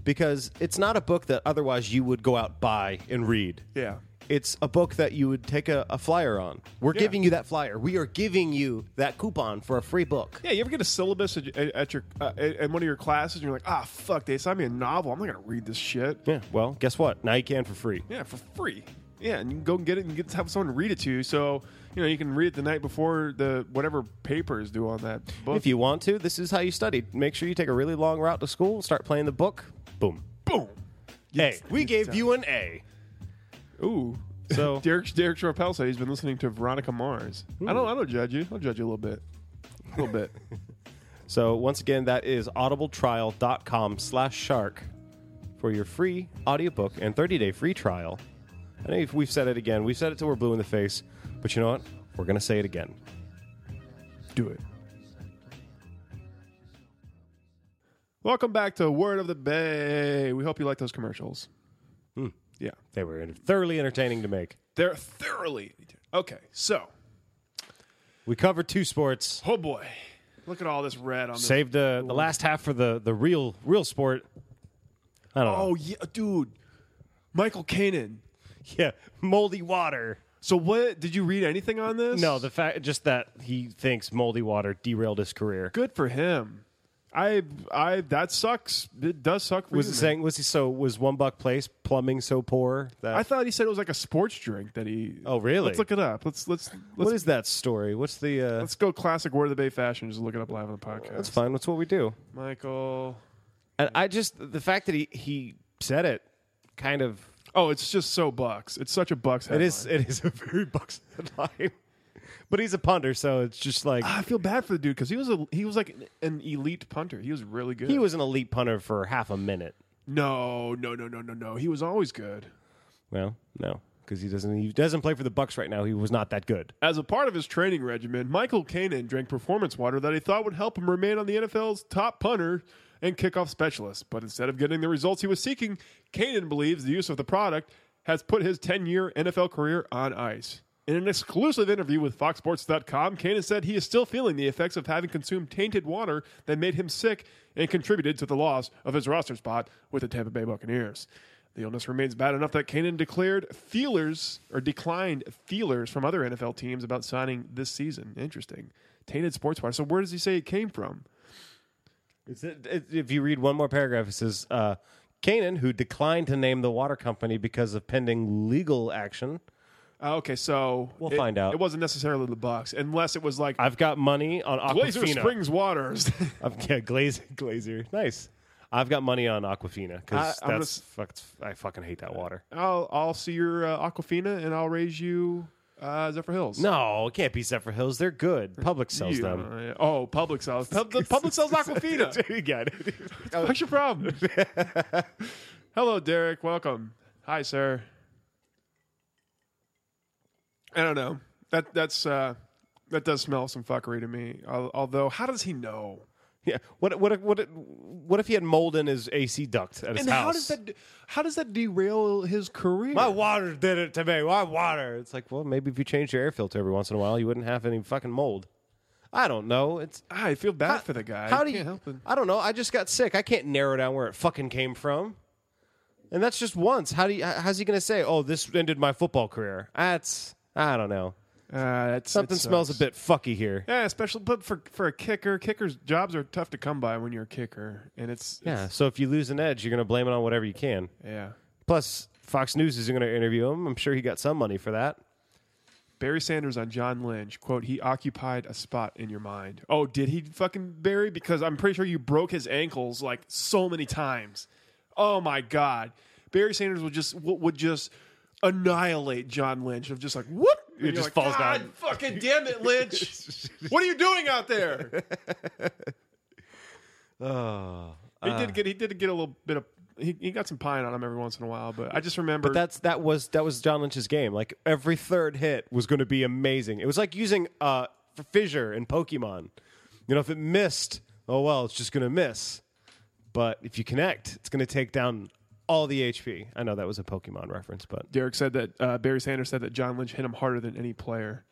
because it's not a book that otherwise you would go out buy and read. Yeah. It's a book that you would take a, a flyer on. We're Yeah. giving you that flyer. We are giving you that coupon for a free book. Yeah, you ever get a syllabus at, at at your uh, at at one of your classes, and you're like, ah, fuck, they assigned me a novel. I'm not gonna read this shit. Yeah, well, guess what? Now you can for free. Yeah, for free. Yeah, and you can go and get it and get have someone read it to you. So you know you can read it the night before the whatever papers do on that book. If you want to, this is how you study. Make sure you take a really long route to school, start playing the book, boom. boom. A. We gave you an A. Ooh. So- Derek Derek Chappelle said he's been listening to Veronica Mars. I don't I don't judge you. I'll judge you a little bit. A little bit. So once again, that is audibletrial.com slash shark for your free audiobook and 30-day free trial. I know we've said it again. We've said it till we're blue in the face, but you know what? We're going to say it again. Do it. Welcome back to Word of the Bay. We hope you like those commercials. Yeah. They were thoroughly entertaining to make. They're thoroughly. Okay, so. We covered two sports. Oh boy. Look at all this red on this. Saved uh, the, the last half for the, the real real sport. I don't know. Oh, yeah, dude. Michael Kanan. Yeah, moldy water. So, what did you read anything on this? No, the fact just that he thinks moldy water derailed his career. good for him. I, I, that sucks. It does suck for Was you, it man. saying was he so was one buck place plumbing so poor that I thought he said it was like a sports drink that he. Oh, really? Let's look it up. Let's, let's, let's, what is that story? What's the uh, let's go classic Word of the Bay fashion. Just look it up live on the podcast. that's fine. That's what we do. Michael And I just the fact that he he said it kind of Oh, it's just so Bucks. It's such a Bucks it headline. is it is a very Bucks headline. But he's a punter, so it's just like Ah, I feel bad for the dude because he was a he was like an elite punter. He was really good. he was an elite punter for half a minute. no no no no no no. He was always good. Well, no, because he doesn't he doesn't play for the Bucks right now. He was not that good. As a part of his training regimen, Michael Kanan drank performance water that he thought would help him remain on the NFL's top punter and kickoff specialist. But instead of getting the results he was seeking, Kanan believes the use of the product has put his 10 year NFL career on ice. In an exclusive interview with FoxSports.com, Kanan said he is still feeling the effects of having consumed tainted water that made him sick and contributed to the loss of his roster spot with the Tampa Bay Buccaneers. The illness remains bad enough that Kanan declared feelers or declined feelers from other NFL teams about signing this season. Interesting. Tainted sports water. So where does he say it came from? It's- it- it- if you read one more paragraph, it says uh, Kanan, who declined to name the water company because of pending legal action. Uh, okay, so We'll it- find out. It wasn't necessarily the Bucks, unless it was like I've got money on Glazer Aquafina. Springs Waters. I've, yeah, glaze, glazer. Nice. I've got money on Aquafina because I- I'm that's fuck, I fucking hate that water. I'll I'll see your uh, Aquafina and I'll raise you uh, Zephyr Hills. No, it can't be Zephyr Hills. They're good. Public sells Yeah, them. yeah. Oh, public sells. Pub- the public sells Aquafina. you got it. What's your problem? Hello, Derek. Welcome. Hi, sir. I don't know. That that's uh, that does smell some fuckery to me. Al- Although, how does he know? Yeah. What? What? What? What if he had mold in his AC duct at his And house? how does that how does that derail his career? My water did it to me. My water. It's like, well, maybe if you changed your air filter every once in a while, you wouldn't have any fucking mold. I don't know. It's Ah, I feel bad for the guy. How I do can't you? help it. I don't know. I just got sick. I can't narrow down where it fucking came from. And that's just once. How do you? h- How's he going to say? Oh, this ended my football career. That's I don't know. Uh, that's, Something that smells a sucks. bit fucky here. Yeah, especially but for for a kicker, kickers jobs are tough to come by when you're a kicker, and it's, Yeah. it's So if you lose an edge, you're going to blame it on whatever you can. yeah. Plus, Fox News is going to interview him. I'm sure he got some money for that. Barry Sanders on John Lynch, quote, he occupied a spot in your mind. Oh, did he fucking Barry? Because I'm pretty sure you broke his ankles like so many times. Oh my God. Barry Sanders would just would would just annihilate John Lynch of just like whoop. It just falls God down." Fucking damn it, Lynch. what are you doing out there? Oh. He did get he did get a little bit of he, he got some pine on him every once in a while, but I just remember But that's that was that was John Lynch's game. Like every third hit was going to be amazing. It was like using uh for fissure in Pokemon. You know, if it missed, oh well, it's just going to miss. But if you connect, it's going to take down all the HP. I know that was a Pokemon reference, but Derek said that uh, Barry Sanders said that John Lynch hit him harder than any player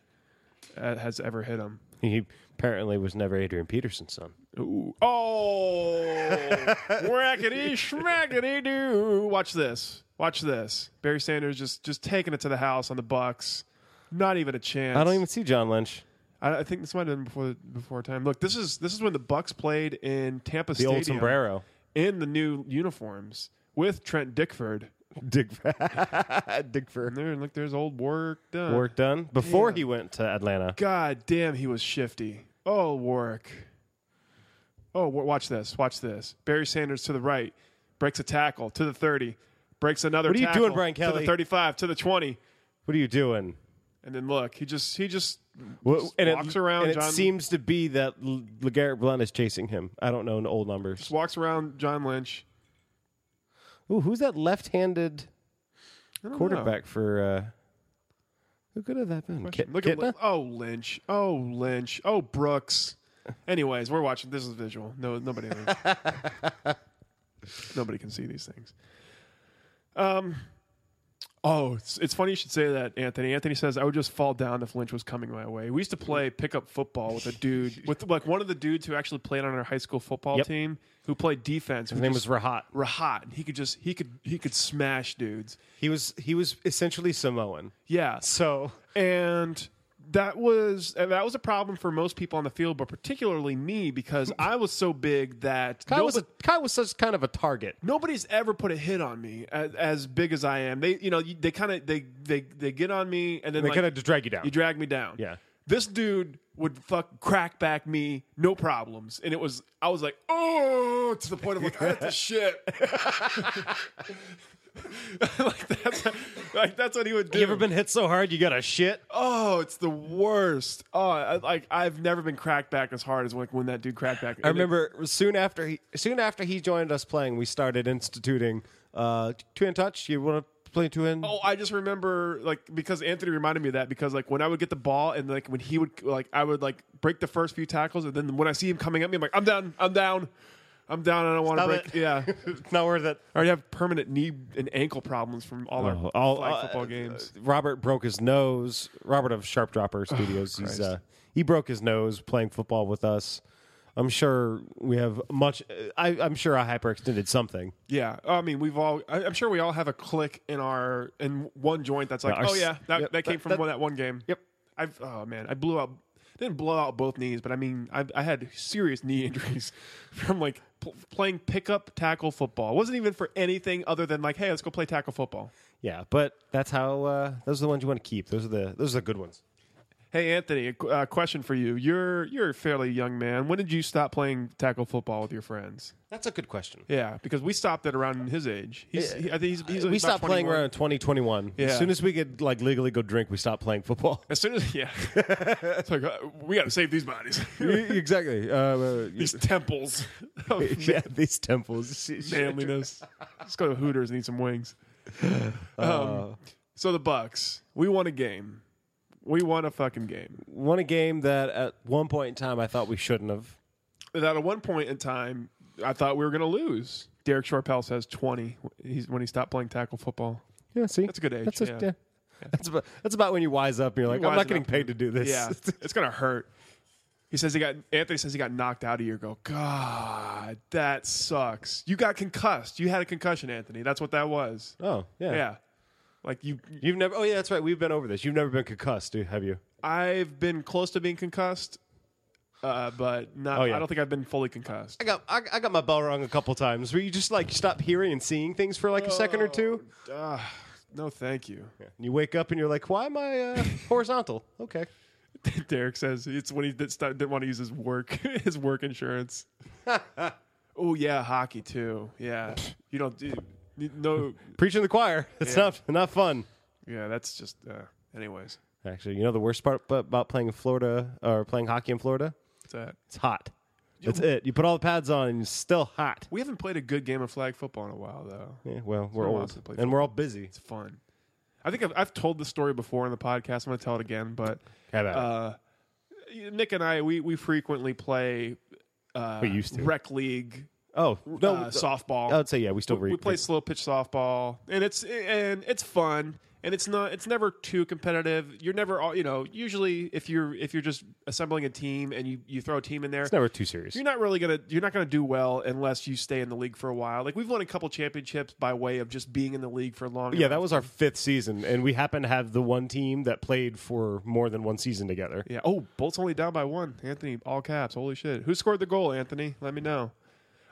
uh, has ever hit him. he apparently was never Adrian Peterson's son. Ooh. Oh, whackity schmackity doo! Watch this. Watch this. Barry Sanders just just taking it to the house on the Bucks. Not even a chance. I don't even see John Lynch. I, I think this might have been before before time. Look, this is this is when the Bucks played in Tampa The Stadium old sombrero. in the new uniforms with Trent Dickford. Dig Digford. And there, look, there's old work done. Work done before he went to Atlanta. God damn, he was shifty. Oh, Warwick. Oh, wa- watch this. Watch this. Barry Sanders to the right, breaks a tackle to the 30, breaks another What are you tackle doing, Brian to Kelly? the 35, to the 20. What are you doing? And then look, he just he just Well, and it- walks around And John- it seems to be that L- LeGarrette Blunt is chasing him. I don't know in old numbers. walks around John Lynch. Ooh, who's that left-handed I don't know. quarterback for? uh Who could have that been? Kit- Look at Kitna? Lin- oh Lynch, oh Lynch, oh Brooks. Anyways, we're watching. This is visual. No, nobody, nobody can see these things. Um. Oh, it's, it's funny you should say that, Anthony. Anthony says I would just fall down if Lynch was coming my way. We used to play pickup football with a dude, with like one of the dudes who actually played on our high school football Yep. team, who played defense. His name was Rahat. Rahat. He could just he could he could smash dudes. He was he was essentially Samoan. Yeah. So and that was and that was a problem for most people on the field, but particularly me because I was so big that Kai was nobo- a, Kai was such kind of a target. nobody's ever put a hit on me as, as big as I am. They you know you- they kind of they they they get on me and then They like, kind of drag you down. you drag me down. yeah. This dude would fuck crack back me, no problems. And it was, I was like, oh, to the point of like, what the shit. like that's like that's what he would do. You ever been hit so hard you got a shit? Oh, it's the worst. Oh, I, like I've never been cracked back as hard as like when that dude cracked back. I remember soon after he soon after he joined us playing, we started instituting uh, two in touch. You want to play two in? Oh, I just remember like because Anthony reminded me of that because like when I would get the ball and like when he would like I would like break the first few tackles and then when I see him coming at me I'm like I'm down I'm down I'm down I don't want to break Stop it. yeah it's not worth it. I already have permanent knee and ankle problems from all our all- flag uh, football games Robert broke his nose. Robert of Sharp Dropper Studios. he's, uh, he broke his nose playing football with us. I'm sure we have much. uh, I, I'm sure I hyperextended something. yeah Oh, I mean we've all I, I'm sure we all have a click in our in one joint that's like Yeah, our oh yeah s- that, yep, that came that- from that- one, that one game Yep. I've oh man, I blew out didn't blow out both knees, but I mean I, I had serious knee injuries from like pl- playing pickup tackle football. It wasn't even for anything other than like, hey, let's go play tackle football. Yeah, but that's how. Uh, those are the ones you want to keep. Those are the those are the good ones. Hey Anthony, a qu- uh, question for you. You're you're a fairly young man. When did you stop playing tackle football with your friends? That's a good question. Yeah, because we stopped at around his age. He's, he, I think he's, he's we about stopped playing 21. around 2021. Yeah. As soon as we could like legally go drink, we stopped playing football. As soon as yeah, it's like uh, we got to save these bodies, E, exactly. Uh, these temples of yeah, these temples. manliness. Let's go to Hooters and eat some wings. Um, so the Bucks, we won a game. We won a fucking game. Won a game that at one point in time I thought we shouldn't have. That at one point in time, I thought we were going to lose. Derek Shorpel says twenty. He's when he stopped playing tackle football. Yeah, see, That's a good age, That's, a- yeah. that's about that's about when you wise up and you're like, You I'm wise not getting up. paid to do this. Yeah, it's going to hurt. He says he got Anthony says he got knocked out a year ago. God, that sucks. You got concussed. You had a concussion, Anthony. That's what that was. oh, yeah. Yeah, like you You've never. Oh, yeah, that's right. We've been over this. You've never been concussed, do- have you? I've been close to being concussed, uh, but not. Oh, yeah. I don't think I've been fully concussed. I got I, I got my bell rung a couple times. Where you just like stop hearing and seeing things for like a second or two, Uh, no, thank you. and you wake up and you're like, why am I uh, horizontal? Okay. Derek says it's when he did, start, didn't want to use his work his work insurance. oh yeah, hockey too. Yeah, you don't do no. preaching to the choir. It's not not fun. Yeah, that's just. Uh, anyways, Actually, you know the worst part ab- about playing in Florida or playing hockey in Florida? that's that. It's hot. That's it. You put all the pads on and it's still hot. We haven't played a good game of flag football in a while though. Yeah, well, we're been a while old since I played and we're all busy. It's fun. I think I've, I've told this story before in the podcast. I'm going to tell it again, but How about it? uh, Nick and I we we frequently play uh, We used to. rec league oh no, uh, softball. I would say yeah. We still we, read. we play slow pitch softball, and it's and it's fun, and it's not it's never too competitive. You're never all you know. Usually, if you're if you're just assembling a team and you you throw a team in there, It's never too serious. you're not really gonna you're not gonna do well unless you stay in the league for a while. Like we've won a couple championships by way of just being in the league for long. yeah, that was our fifth season, and we happened to have the one team that played for more than one season together. Yeah. Oh, Bolt's only down by one. Anthony, all caps. Holy shit. Who scored the goal, Anthony? Let me know.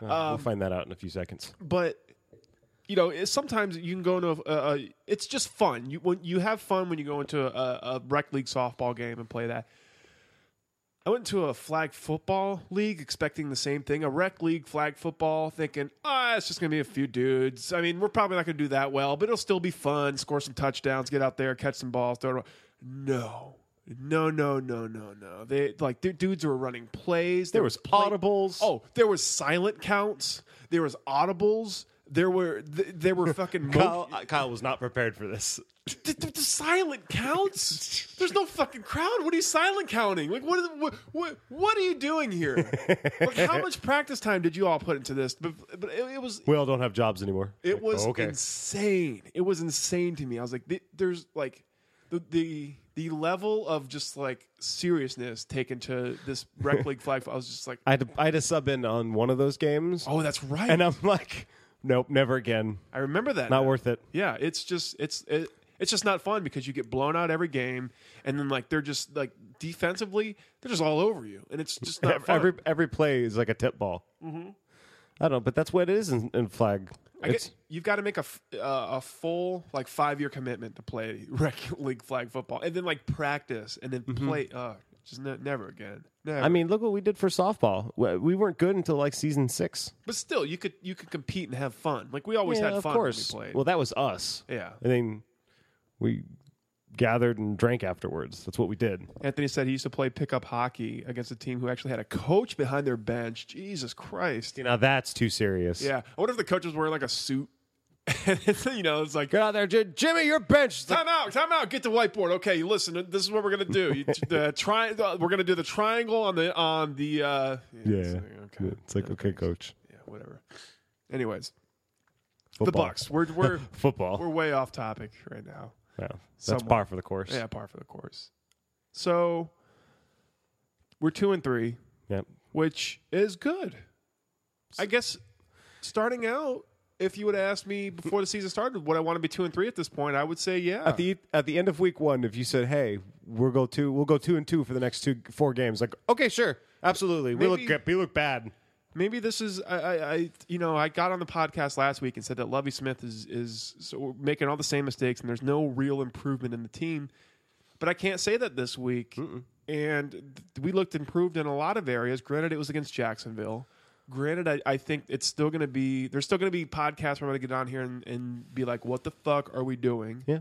Um, we'll find that out in a few seconds. but you know it's- sometimes you can go into a, a, a it's just fun you when you have fun when you go into a, a rec league softball game and play that i went to a flag football league expecting the same thing a rec league flag football thinking ah it's just going to be a few dudes i mean we're probably not going to do that well but it'll still be fun score some touchdowns get out there catch some balls throw it around. no no no no no no they like their dudes were running plays There was audibles. Oh, there was silent counts. There was audibles. There were th- there were fucking mo- Kyle, Kyle was not prepared for this. Th- th- the silent counts. There's no fucking crowd. What are you silent counting? Like what? Is, what, what? What are you doing here? like how much practice time did you all put into this? But, but it, it was We all don't have jobs anymore. oh, it was okay. insane. It was insane to me. I was like, th- there's like the the the level of just like seriousness taken to this rec league flag. I was just like, I had, to, I had to sub in on one of those games, oh, that's right. and I'm like, nope, never again. I remember that. Not now. worth it. Yeah, it's just it's it, it's just not fun because you get blown out every game, and then like they're just like defensively they're just all over you, and it's just not fun. Mm-hmm. Every every play is like a tip ball. I don't know, but that's what it is in, in flag. I It's- guess you've got to make a, f- uh, a full like five year commitment to play rec- league flag football, and then like practice, and then play. Uh, just ne- never again. Never. Mm-hmm. I mean, look what we did for softball. We- We weren't good until like season six. but still, you could you could compete and have fun. Like we always Yeah, had of fun course. when we played. Well, that was us. yeah. I mean, we gathered and drank afterwards. That's what we did. Anthony said he used to play pickup hockey against a team who actually had a coach behind their bench. Jesus Christ. You know, that's too serious. Yeah. I wonder if the coach was wearing like a suit. you know, it's like Get out there, Jim. Jimmy. Your bench. It's like, Time out! Time out! Get the whiteboard. Okay, listen. This is what we're gonna do. You, the tri- the- We're gonna do the triangle on the on the. Uh, yeah. it's like, Yeah, okay. It's like, okay, coach. Yeah. Whatever. Anyways, the Football. Bucks. We're we're Football. we're way off topic right now. yeah, that's Somewhat. par for the course. Yeah, par for the course. So we're two and three, Yep. which is good. I guess starting out, if you would ask me before the season started, would I want to be two and three at this point? I would say yeah. At the at the end of week one, if you said, "Hey, we'll go two, we'll go two and two for the next two four games," like, okay, sure, absolutely, we Maybe- look we look bad. Maybe this is I, I, I you know I got on the podcast last week and said that Lovey Smith is is so making all the same mistakes and there's no real improvement in the team, but I can't say that this week. And th- we looked improved in a lot of areas. Granted, it was against Jacksonville. Granted, I, I think it's still going to be there's still going to be podcasts where I'm going to get on here and, and be like, "What the fuck are we doing?" Yeah.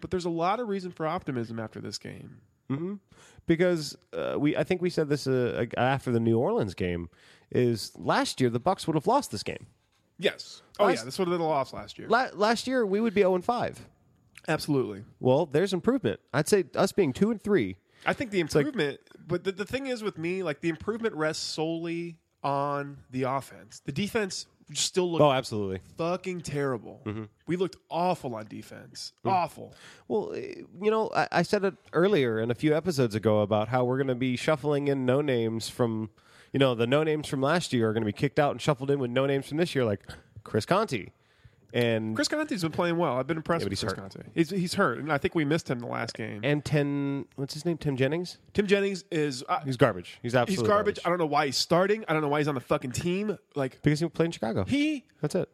But there's a lot of reason for optimism after this game. hmm Because uh, we, I think we said this uh, after the New Orleans game. Is last year the Bucks would have lost this game. Yes. Oh Last- yeah, this would have been a loss last year. La- last year we would be zero and five. Absolutely. Well, there's improvement. I'd say us being two and three. I think the improvement, but the, the thing is with me, like the improvement rests solely on the offense. The defense just still looked Oh, absolutely. fucking terrible. Mm-hmm. We looked awful on defense. Awful. Well, eh, you know, I, I said it earlier and a few episodes ago about how we're going to be shuffling in no names from, you know, the no names from last year are going to be kicked out and shuffled in with no names from this year, like Chris Conti. And Chris Conte's been playing well. I've been impressed Yeah, but with he's Chris Conte. He's, he's hurt, and I think we missed him the last game. and Tim, what's his name? Tim Jennings? Tim Jennings is uh, He's garbage. He's absolutely he's garbage. I don't know why he's starting. I don't know why he's on the fucking team. Like Because he played in Chicago. he, That's it.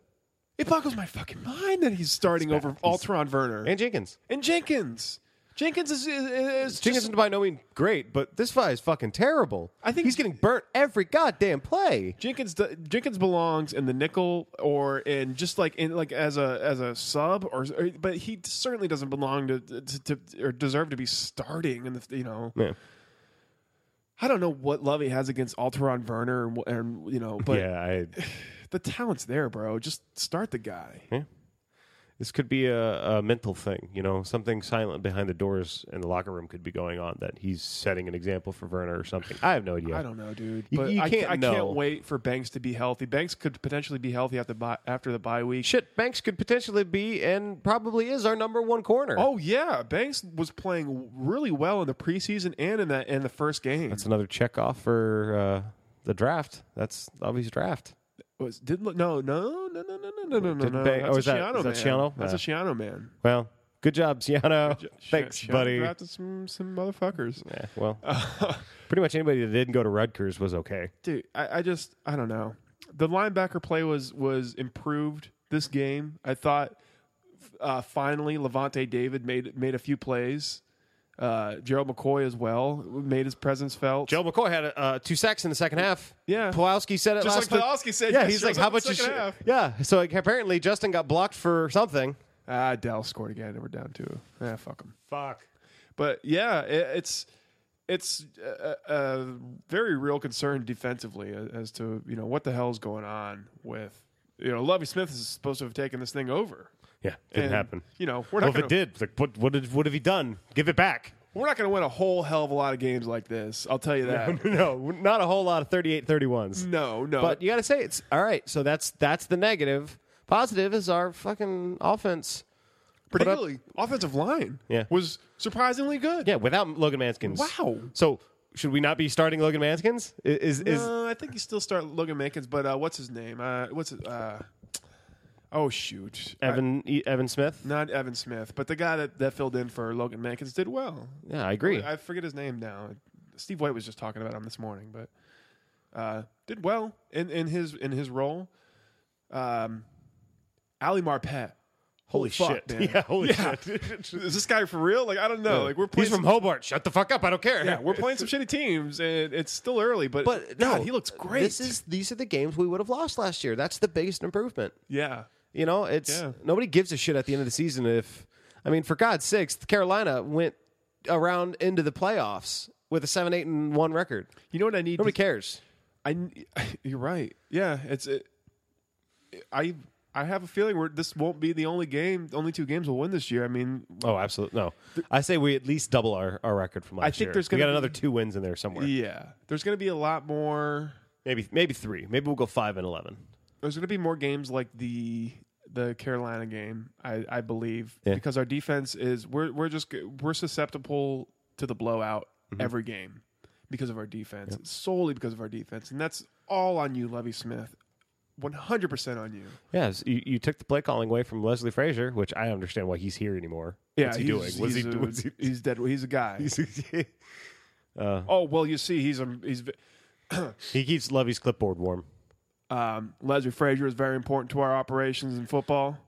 it boggles my fucking mind that he's starting over Alteron Werner And Jenkins. And Jenkins. Jenkins is, is, is Jenkins just- is by no means great, but this guy is fucking terrible. I think- he's getting burnt every goddamn play. Jenkins do- Jenkins belongs in the nickel or in just like in like as a as a sub or, or- but he certainly doesn't belong to, to, to or deserve to be starting in the you know Yeah. I don't know what love he has against Alteron Werner and, wh- and you know but yeah, I, the talent's there bro just start the guy this could be a, a mental thing, you know, something silent behind the doors in the locker room could be going on that he's setting an example for Werner or something. I have no idea. I don't know dude You- but you I, can't I know. can't wait for Banks to be healthy Banks could potentially be healthy after the, after the bye week Shit, Banks could potentially be and probably is our number one corner. Oh yeah, Banks was playing really well in the preseason and in that in the first game. that's another check off for uh, the draft. That's Lovey's draft. Was did no no no no no no no no no Did no. Bay- That's oh, a is that- Shiano is that man. Shiano? That's a Yeah. Shiano man. Well, good job, Ciano. Shi- Thanks, Shiano buddy. Drafted some some motherfuckers, Yeah, well, pretty much anybody that didn't go to Rutgers was okay. dude. I, I just I don't know. The linebacker play was was improved this game. I thought uh, finally Levante David made made a few plays. Uh, Gerald McCoy as well made his presence felt. Joe McCoy had uh, two sacks in the second half. Yeah. Pawlowski said it Just last like Pawlowski week. said, Yeah, yeah, he's shows like, up how in the about you? second sh- half. Yeah, so like, apparently Justin got blocked for something. Ah, Dell scored again, and we're down two. Ah, fuck him. Fuck. But yeah, it, it's it's a, a- a very real concern defensively a- as to you know what the hell's going on with you know Lovey Smith is supposed to have taken this thing over. Yeah, didn't And, happen. You know we're Well, not if it gonna, did, like, what, what, did, what have he done? Give it back. we're not going to win a whole hell of a lot of games like this. I'll tell you that. no, not a whole lot of 38 31s. no, no. But you got to say, it's all right. So that's that's the negative. Positive is our fucking offense. put up- particularly offensive line Yeah. was surprisingly good. Yeah, without Logan Manskins. Wow. So should we not be starting Logan Manskins? I- Is, is, No, Uh, I think you still start Logan Mankins, but uh, what's his name? Uh, what's it? Uh, oh shoot, I- Evan E- Evan Smith? not Evan Smith, but the guy that, that filled in for Logan Mankins did well. Yeah, I agree. I forget his name now. Steve White was just talking about him this morning, but uh, did well in, in his in his role. Um, Ali Marpet. Holy, shit. Yeah, holy shit. Is this guy for real? Like I don't know. Like we're playing He's from some- Hobart. Shut the fuck up. I don't care. yeah, we're playing some shitty teams and it's still early, but, But no, God, he looks great. This is these are the games we would have lost last year. That's the biggest improvement. yeah. You know, it's Yeah. nobody gives a shit at the end of the season if I mean, for God's sakes, Carolina went around into the playoffs with a seven, eight, and one record. You know what I need? Nobody to- cares. I you're right. Yeah, it's it, I I have a feeling where this won't be the only game, only two games we'll win this year. I mean, Oh, absolutely no. I say we at least double our, our record from last I think year. there's we gonna got be- another two wins in there somewhere. yeah, there's going to be a lot more. Maybe maybe three. Maybe we'll go five and eleven. There's going to be more games like the the Carolina game, I, I believe, Yeah. because our defense is we're we're just g- we're susceptible to the blowout Mm-hmm. every game because of our defense, solely because of our defense, and that's all on you, Levy Smith, 100 percent on you. Yes, you, you took the play calling away from Leslie Frazier, which I understand why he's here anymore. What's he doing? he's- What's he, he's a- what's he He's dead. He's a guy. oh well, you see, he's a he's He keeps Levy's clipboard warm. um, Leslie Frazier is very important to our operations in football.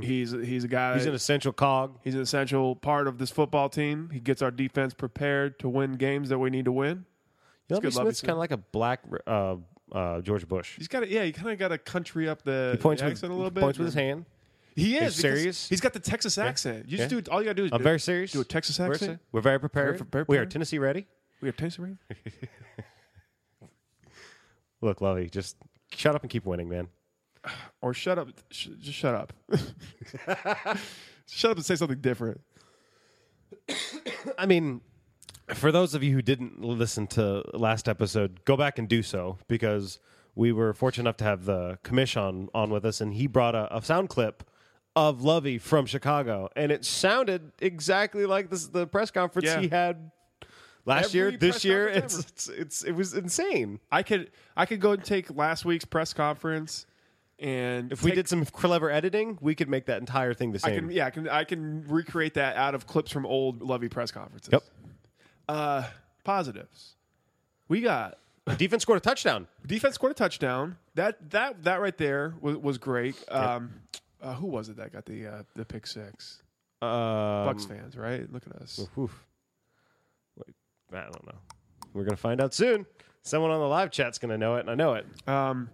He's he's a guy. He's an essential cog. he's an essential part of this football team. He gets our defense prepared to win games that we need to win. Lovey good, Lovey Smith's kind of like a black uh, uh, George Bush. He's got a, yeah. He kind of got a country up the He points with, accent a little bit. points with his hand. He is because He's serious. He's got the Texas accent. You just Yeah. do all you gotta do is I'm do, very serious. Do a Texas We're accent. se- We're very prepared. Very prepared. We are Tennessee ready. We have Texas right? Look, Lovey, just shut up and keep winning, man. or shut up. Sh- just shut up. shut up and say something different. I mean, for those of you who didn't listen to last episode, go back and do so because we were fortunate enough to have the commission on, on with us, and he brought a, a sound clip of Lovey from Chicago, and it sounded exactly like this the press conference Yeah. he had last Every year. This press year, conference it's, it's it's it was insane. I could I could go and take last week's press conference, and If we did some clever editing, we could make that entire thing the I same. can yeah I can I can recreate that out of clips from old Lovey press conferences. Yep. Uh, positives. We got The defense scored a touchdown. defense scored a touchdown. That that that right there was, was great. Um, uh, who was it that got the uh, the pick six? Uh, Bucks fans, right? Look at us. Oof. Wait, I don't know. We're gonna find out soon. Someone on the live chat's gonna know it, and I know it. Um,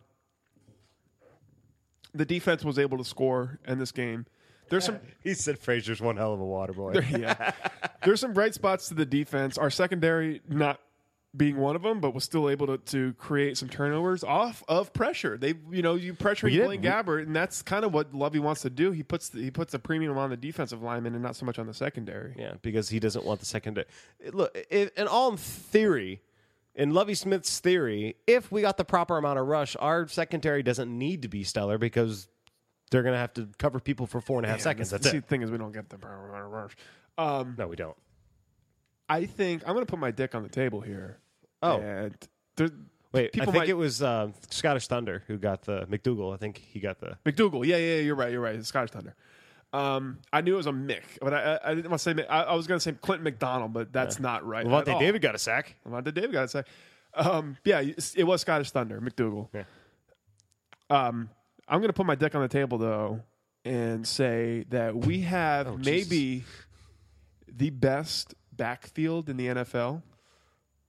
the defense was able to score in this game. There's some He said Frazier's one hell of a water boy. yeah. There's some bright spots to the defense. Our secondary not being one of them, but was still able to, to create some turnovers off of pressure. They, you know, you pressure We did. Blaine Gabbert, and that's kind of what Lovey wants to do. He puts the, he puts a premium on the defensive lineman and not so much on the secondary. yeah, because he doesn't want the second. Look, it, and all in theory, in Lovey Smith's theory, if we got the proper amount of rush, our secondary doesn't need to be stellar because they're gonna have to cover people for four and a half seconds. That's See, it. The thing is, we don't get the rush. Um, No, we don't. I think I'm going to put my dick on the table here. Oh. and there, Wait, I people think might- it was uh, Scottish Thunder who got the McDougal. I think he got the McDougal. Yeah, yeah, you're right. You're right. It's Scottish Thunder. Um, I knew it was a Mick, but I, I, I didn't want to say. Mick. I, I was going to say Clinton McDonald, but that's not right. at Levante all. David got a sack. Levante David got to say. Um, yeah, it's- it was Scottish Thunder. McDougal. Yeah. Um, I'm going to put my deck on the table though, and say that we have Oh, maybe the best backfield in the NFL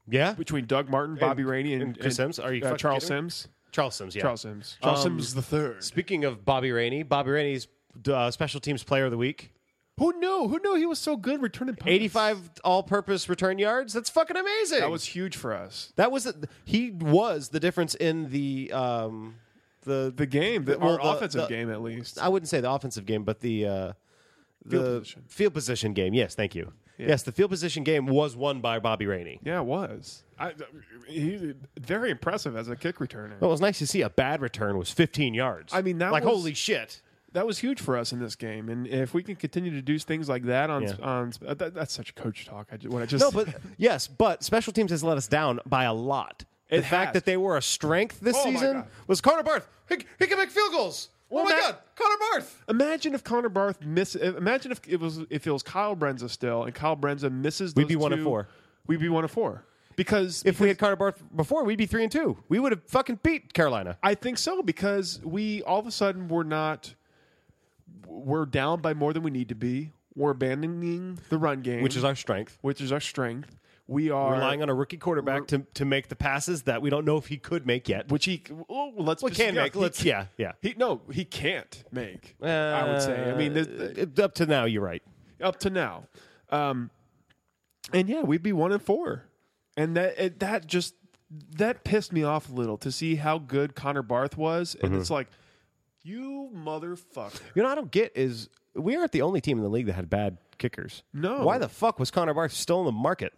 Yeah, between Doug Martin, Bobby Rainey, and, and Chris Sims? Are you uh, fucking Charles kidding Sims? Charles Sims, yeah. Charles Sims. Charles Um, Sims the third. Speaking of Bobby Rainey, Bobby Rainey's uh, special teams player of the week. Who knew? Who knew he was so good returning punts? 85 all-purpose return yards. That's fucking amazing. That was huge for us. that was the- he was the difference in the um the, The game, the, Well, our the- offensive the- game at least. I wouldn't say the offensive game, but the uh the Field position. field position game. Yes, thank you. Yes, the field position game was won by Bobby Rainey. yeah, it was. I, he, very impressive as a kick returner. Well, it was nice to see a bad return was 15 yards. I mean, that like was- holy shit. That was huge for us in this game, and if we can continue to do things like that on Yeah. on uh, that, that's such coach talk. I just, what I just No, but yes, but special teams has let us down by a lot. the It fact has. that they were a strength this Oh, my season God. was Connor Barth. He, he can make field goals. Well, oh my Matt- God, Connor Barth. imagine if Connor Barth miss. uh, Imagine if it was if it was Kyle Brenza still, and Kyle Brenza misses. We'd be one of four. We'd be one of four. because If we had Connor Barth before, we'd be three and two. We would have fucking beat Carolina. I think so because we all of a sudden we're not we're down by more than we need to be. We're abandoning the run game, which is our strength. which is our strength. We are Relying on a rookie quarterback to, to make the passes that we don't know if he could make yet. which he oh, let's Well, just- can make. he Let's- ca- yeah, yeah. He no, he can't make. I would say. I mean, there's- Uh, up to now, you're right. up to now, um, and yeah, we'd be one and four, and that it, that just that pissed me off a little to see how good Connor Barth was, and Mm-hmm. it's like, you motherfucker. You know, what I don't get is we aren't the only team in the league that had bad kickers. No. Why the fuck was Connor Barth still in the market?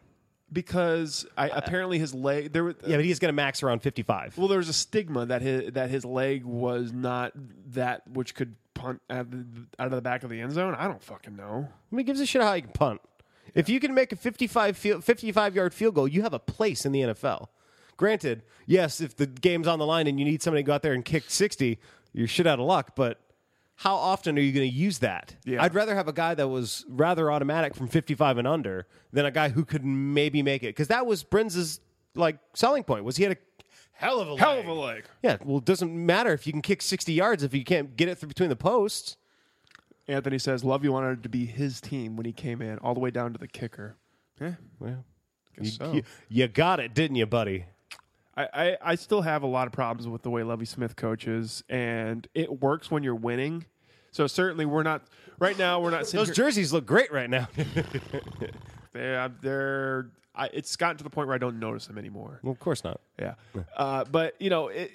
because I, apparently his leg there was Yeah, but he's going to max around 55. well there was a stigma that his that his leg was not that which could punt out of, the, out of the back of the end zone. I don't fucking know. I mean, gives a shit how you can punt. If you can make a 55 field, 55 yard field goal, you have a place in the NFL. Granted, yes, if the game's on the line and you need somebody to go out there and kick 60, you're shit out of luck, but how often are you going to use that? Yeah. I'd rather have a guy that was rather automatic from 55 and under than a guy who could maybe make it because that was Brinz's like selling point was he had a hell of a Hell leg. of a leg. Yeah, well, it doesn't matter if you can kick 60 yards if you can't get it through between the posts. Anthony says Lovey wanted it to be his team when he came in, all the way down to the kicker. Yeah, Well, guess you, so. you, you got it, didn't you, buddy? I, I, I still have a lot of problems with the way Lovey Smith coaches, and it works when you're winning. So certainly we're not right now. We're not sitting Those here- jerseys look great right now. they're, they're I, it's gotten to the point where I don't notice them anymore. well, of course not. Yeah. Uh, but you know, it,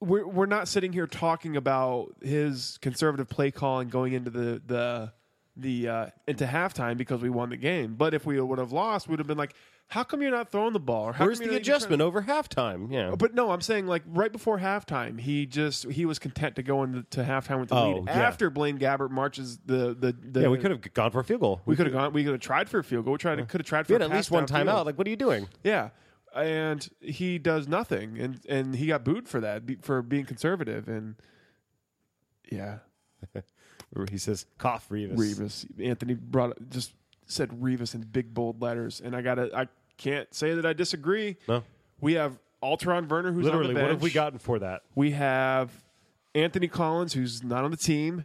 we're we're not sitting here talking about his conservative play calling going into the the the uh, into halftime because we won the game. But if we would have lost, we'd have been like, "How come you're not throwing the ball?" Or, "How Where's come you're the not even adjustment over halftime? Yeah. trying-" But no, I'm saying like right before halftime, he just he was content to go into to halftime with the Oh, lead. yeah. After Blaine Gabbert marches the the, the yeah, we could have gone for a field goal. we could have gone we could have tried for a field goal. We tried could have tried for We had a at pass least one downfield. timeout. Like, what are you doing? Yeah, and he does nothing, and and he got booed for that be- for being conservative. And yeah, He says, cough, Revis. Revis Anthony brought just said Revis in big bold letters, and I gotta I can't say that I disagree. No. We have Alteron Werner, who's on Literally, the what bench. have we gotten for that? We have Anthony Collins, who's not on the team.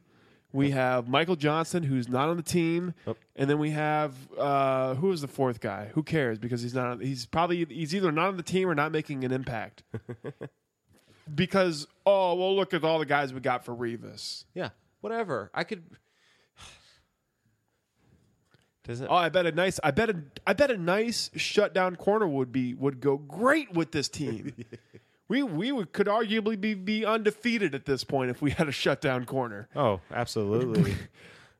We have Michael Johnson, who's not on the team, and then we have uh, who is the fourth guy? Who cares? Because he's not. On, he's probably he's either not on the team or not making an impact. because oh well, look at all the guys we got for Revis. Yeah, whatever. I could. Doesn't. Oh, I bet a nice, I bet a, I bet a nice shutdown corner would be would go great with this team. we we would, could arguably be be undefeated at this point if we had a shutdown corner. Oh, absolutely.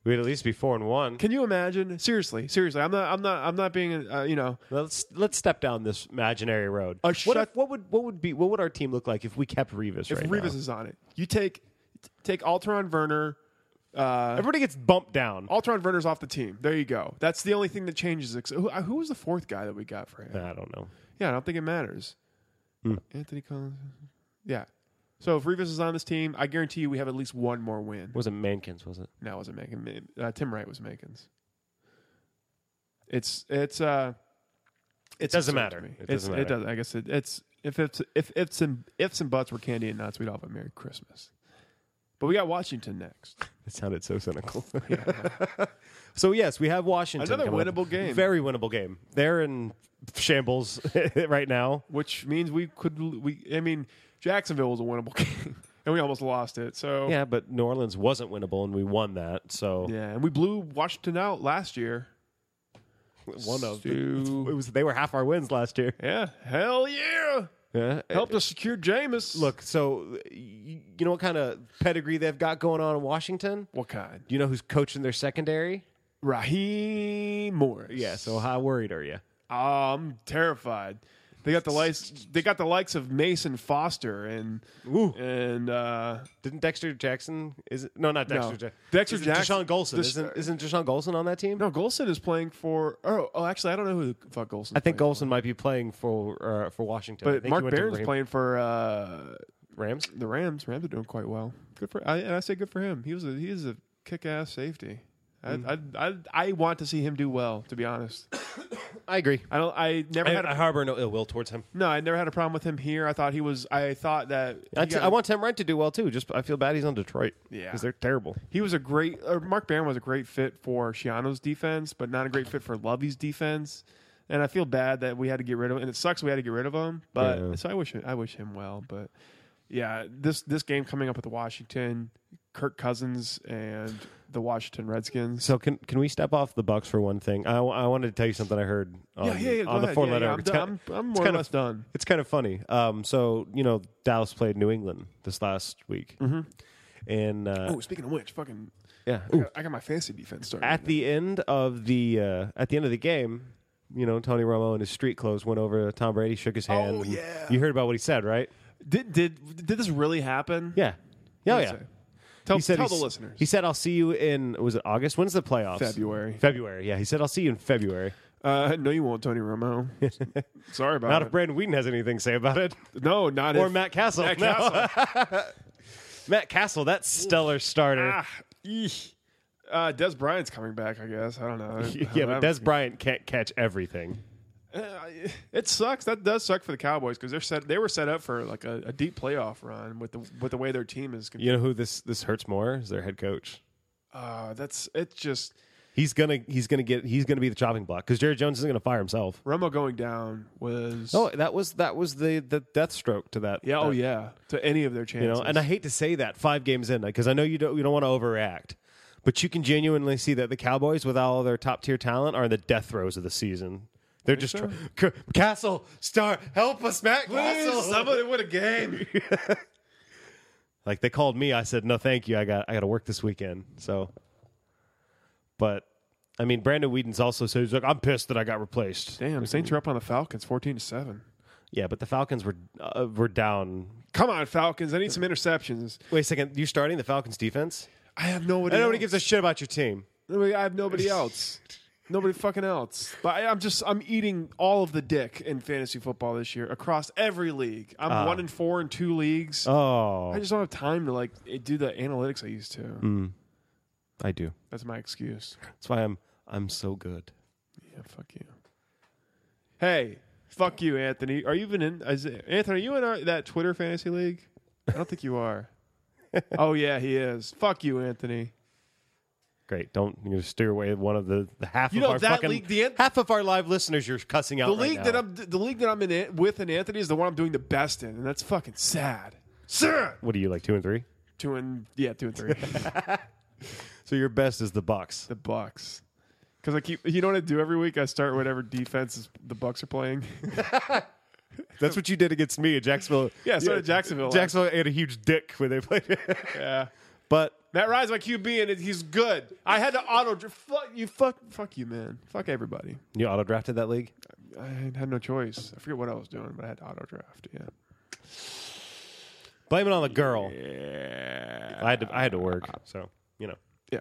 We'd at least be four and one. Can you imagine? Seriously, seriously, I'm not, I'm not, I'm not being, uh, you know, Let's let's step down this imaginary road. A what, shut- if- what would what would be what would our team look like if we kept Revis if right Revis now? is on it, you take take Alteron Werner. Uh, Everybody gets bumped down. Alteron Werner's off the team. There you go. That's the only thing that changes. Ex- Who, who was the fourth guy that we got for him? I don't know. Yeah, I don't think it matters. Hmm. Anthony Collins. Yeah. So if Revis is on this team, I guarantee you we have at least one more win. wasn't Mankins, was it? No, it wasn't Macon. Uh, Tim Wright was Macon's. It's it's uh, it's doesn't absurd to matter. me. It It's- doesn't matter. It does. I guess it, it's if it's if if some ifs and buts were candy and nuts, we'd all have a Merry Christmas. But we got Washington next. It sounded so cynical. so yes, we have Washington. Another coming up. winnable game. Very winnable game. They're in shambles right now. which means we could we I mean Jacksonville was a winnable game and we almost lost it. So Yeah, but New Orleans wasn't winnable, and we won that. So Yeah, and we blew Washington out last year. one of So- it was they were half our wins last year. Yeah, hell yeah. Yeah. Helped us secure Jameis. Look, so you, you know what kind of pedigree they've got going on in Washington? what kind? Do you know who's coaching their secondary? Raheem Morris. Yeah. So how worried are you? Oh, I'm terrified. They got the likes. They got the likes of Mason Foster and Ooh. and uh, Didn't Dexter Jackson? Is it, no, not Dexter. Jackson. Dexter is Jackson- Deshaun Golson. Des- isn't isn't Deshaun Golson on that team? no Golson is playing for. Oh, oh, actually, I don't know who the fuck Golson. I think Golson might be playing for uh, for Washington. I but think he Mark went to Barron's Ram- playing for uh, Rams. the Rams. Rams are doing quite well. Good for. I, and I say good for him. He was a he is a Hmm. kick ass safety. I, I I I want to see him do well. To be honest, I agree. I don't. I never I, had. I A, harbor no ill will towards him. no, I never had a problem with him here. I thought he was. I thought that he, I, t- got- I want Tim Wright to do well too. Just I feel bad he's on Detroit. Yeah. because they're terrible. he was a great. Uh, Mark Barron was a great fit for Shiano's defense, but not a great fit for Lovey's defense. And I feel bad that we had to get rid of him. And it sucks we had to get rid of him. But Yeah. so I wish I wish him well. But yeah, this this game coming up with the Washington, Kirk Cousins and the Washington Redskins. So can can we step off the Bucks for one thing? I, wa- I wanted to tell you something I heard on, yeah, yeah, yeah, go on the ahead. four Yeah, letter. yeah, I'm, it's, done. kind, I'm, I'm more or kind of- less done. it's kind of funny. Um, so you know Dallas played New England this last week, mm-hmm. and uh, Oh, speaking of which, fucking, yeah, I got, I got my fantasy defense started. at the end of the uh, at the end of the game, you know Tony Romo in his street clothes went over to Tom Brady, shook his hand. Oh, and yeah. you heard about what he said, right? did did did this really happen? Yeah, yeah, What yeah. did he say? Tell, he said Oh, tell he the s- listeners. He said, "I'll see you in was it August? When's the playoffs? February. February. Yeah, he said, "I'll see you in February." Uh, no, you won't, Tony Romo. Sorry about Not it. if Brandon Whedon has anything to say about it, no, not or if- Matt Castle. Matt No. Castle. Matt Castle, that stellar starter. ah, eesh. Uh, Des Bryant's coming back, I guess. I don't know. Um, yeah, but Des Bryant can't catch everything. Uh, it sucks. That does suck for the Cowboys because they're set. They were set up for like a, a deep playoff run with the with the way their team is. You know who this this hurts more is their head coach. Uh, that's it's just He's gonna he's gonna get he's gonna be the chopping block because Jerry Jones isn't gonna fire himself. Romo going down was No, Oh, that was that was the the death stroke to that. yeah oh that, yeah to any of their chances. uh, You know, and I hate to say that five games in because I know you don't you don't want to overreact, but you can genuinely see that the Cowboys, with all their top tier talent, are in the death throes of the season. They're just tr- C- Castle Star, help us, Matt Castle. somebody win a game. Like they called me, I said no, thank you. I got I got to work this weekend. So, but I mean, Brandon Whedon's also so he's like, I'm pissed that I got replaced. Damn, Saints are up on the Falcons, fourteen to seven. Yeah, but the Falcons were uh, were down. Come on, Falcons! I need some interceptions. Wait a second, you're starting the Falcons defense? I have nobody. And nobody else. gives a shit about your team. Nobody- I have nobody else. nobody fucking else. But I, I'm just I'm eating all of the dick in fantasy football this year across every league. I'm one in four in two leagues. Oh, I just don't have time to like eh, do the analytics I used to. I do. That's my excuse. That's why I'm I'm so good. Yeah, fuck you. Hey, fuck you, Anthony. Are you even in? Is it, Anthony, are you in our, that Twitter fantasy league? I don't think you are. oh yeah, he is. Fuck you, Anthony. Great. Don't you know, steer away one of the, the half You of know our that fucking league, the end- half of our live listeners you're cussing out. The right league now. that I'm the league that I'm in it- with and Anthony is the one I'm doing the best in, and that's fucking sad. Sad. What are you like two and three? Two and yeah, two and three. So your best is the Bucks. the Bucks. Because I keep you know what I do every week? I start whatever defense is, the Bucks are playing. That's what you did against me at Jacksonville. Yeah, so did Jacksonville. Jacksonville had a huge dick when they played. yeah. but Matt Ryan's my QB and it- he's good. I had to auto dr- fuck you fuck fuck you man. Fuck everybody. you auto drafted that league. I had no choice. I forget what I was doing, but I had to auto draft. Yeah. Blame it on the girl. I had to I had to work. So you know. Yeah.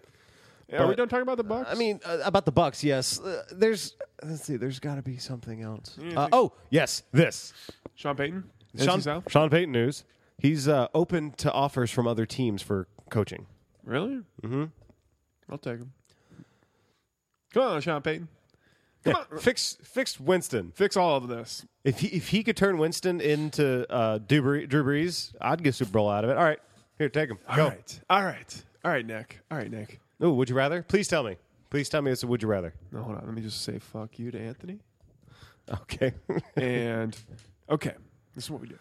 Are we But- done talking about the Bucks? I mean, uh, about the Bucks, yes. Uh, there's, let's see, there's got to be something else. Uh, oh, yes, this. Sean Payton? Sean, NFC South? Sean Payton news. He's uh, open to offers from other teams for coaching. Really? Mm-hmm. I'll take him. Come on, Sean Payton. Come on. Fix, fix Winston. Fix all of this. If he, if he could turn Winston into uh, Drew Bre- Drew Brees, I'd get a Super Bowl out of it. All right, here, take him. All Go. right. All right. All right, Nick. All right, Nick. Ooh, would you rather? Please tell me. Please tell me it's a would you rather. No, hold on. Let me just say fuck you to Anthony. Okay. And okay, this is what we do.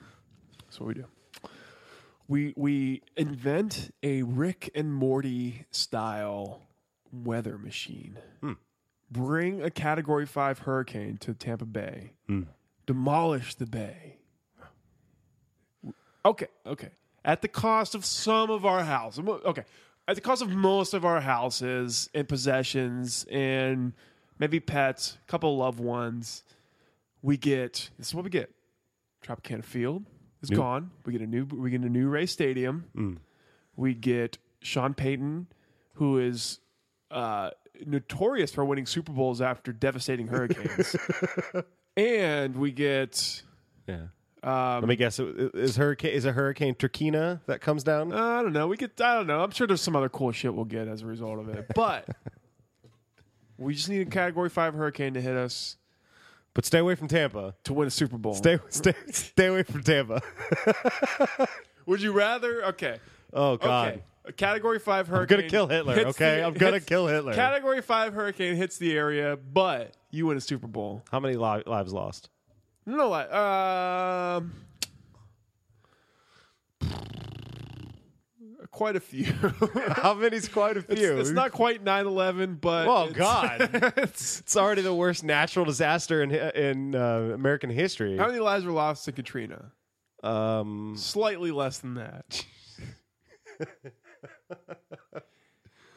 This is what we do. We we invent a Rick and Morty style weather machine. Bring a Category Five hurricane to Tampa Bay. Demolish the bay. Okay, okay. At the cost of some of our houses. Okay. At the cost of most of our houses and possessions and maybe pets, a couple loved ones, we get this is what we get. Tropicana Field is gone. We get a new we get a new Ray Stadium. We get Sean Payton, who is uh, notorious for winning Super Bowls after devastating hurricanes. and we get yeah. Let me guess. Is hurricane is a hurricane Turkina that comes down? I don't know. We get. I don't know. I'm sure there's some other cool shit we'll get as a result of it. But we just need a Category Five hurricane to hit us. But stay away from Tampa. to win a Super Bowl. Stay stay stay away from Tampa. Would you rather? Okay. Oh God. Okay. A Category five hurricane. gonna kill Hitler, hits okay? I'm gonna hits- kill Hitler. Category five hurricane hits the area, but you win a Super Bowl. How many li- lives lost? No, like, um, quite a few. How many's quite a few? it's, it's not quite 9-11, but Oh it's- God. it's- It's already the worst natural disaster in in uh, American history. how many lives were lost to Katrina? Um, Slightly less than that.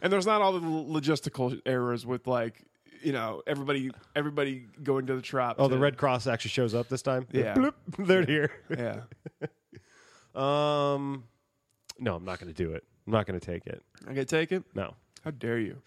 and there's not all the l- logistical errors with like you know everybody everybody going to the trap. oh, to- the Red Cross actually shows up this time. Yeah. Bloop, they're here. Yeah, Um, no, I'm not going to do it. I'm not going to take it. I can take it. No, How dare you?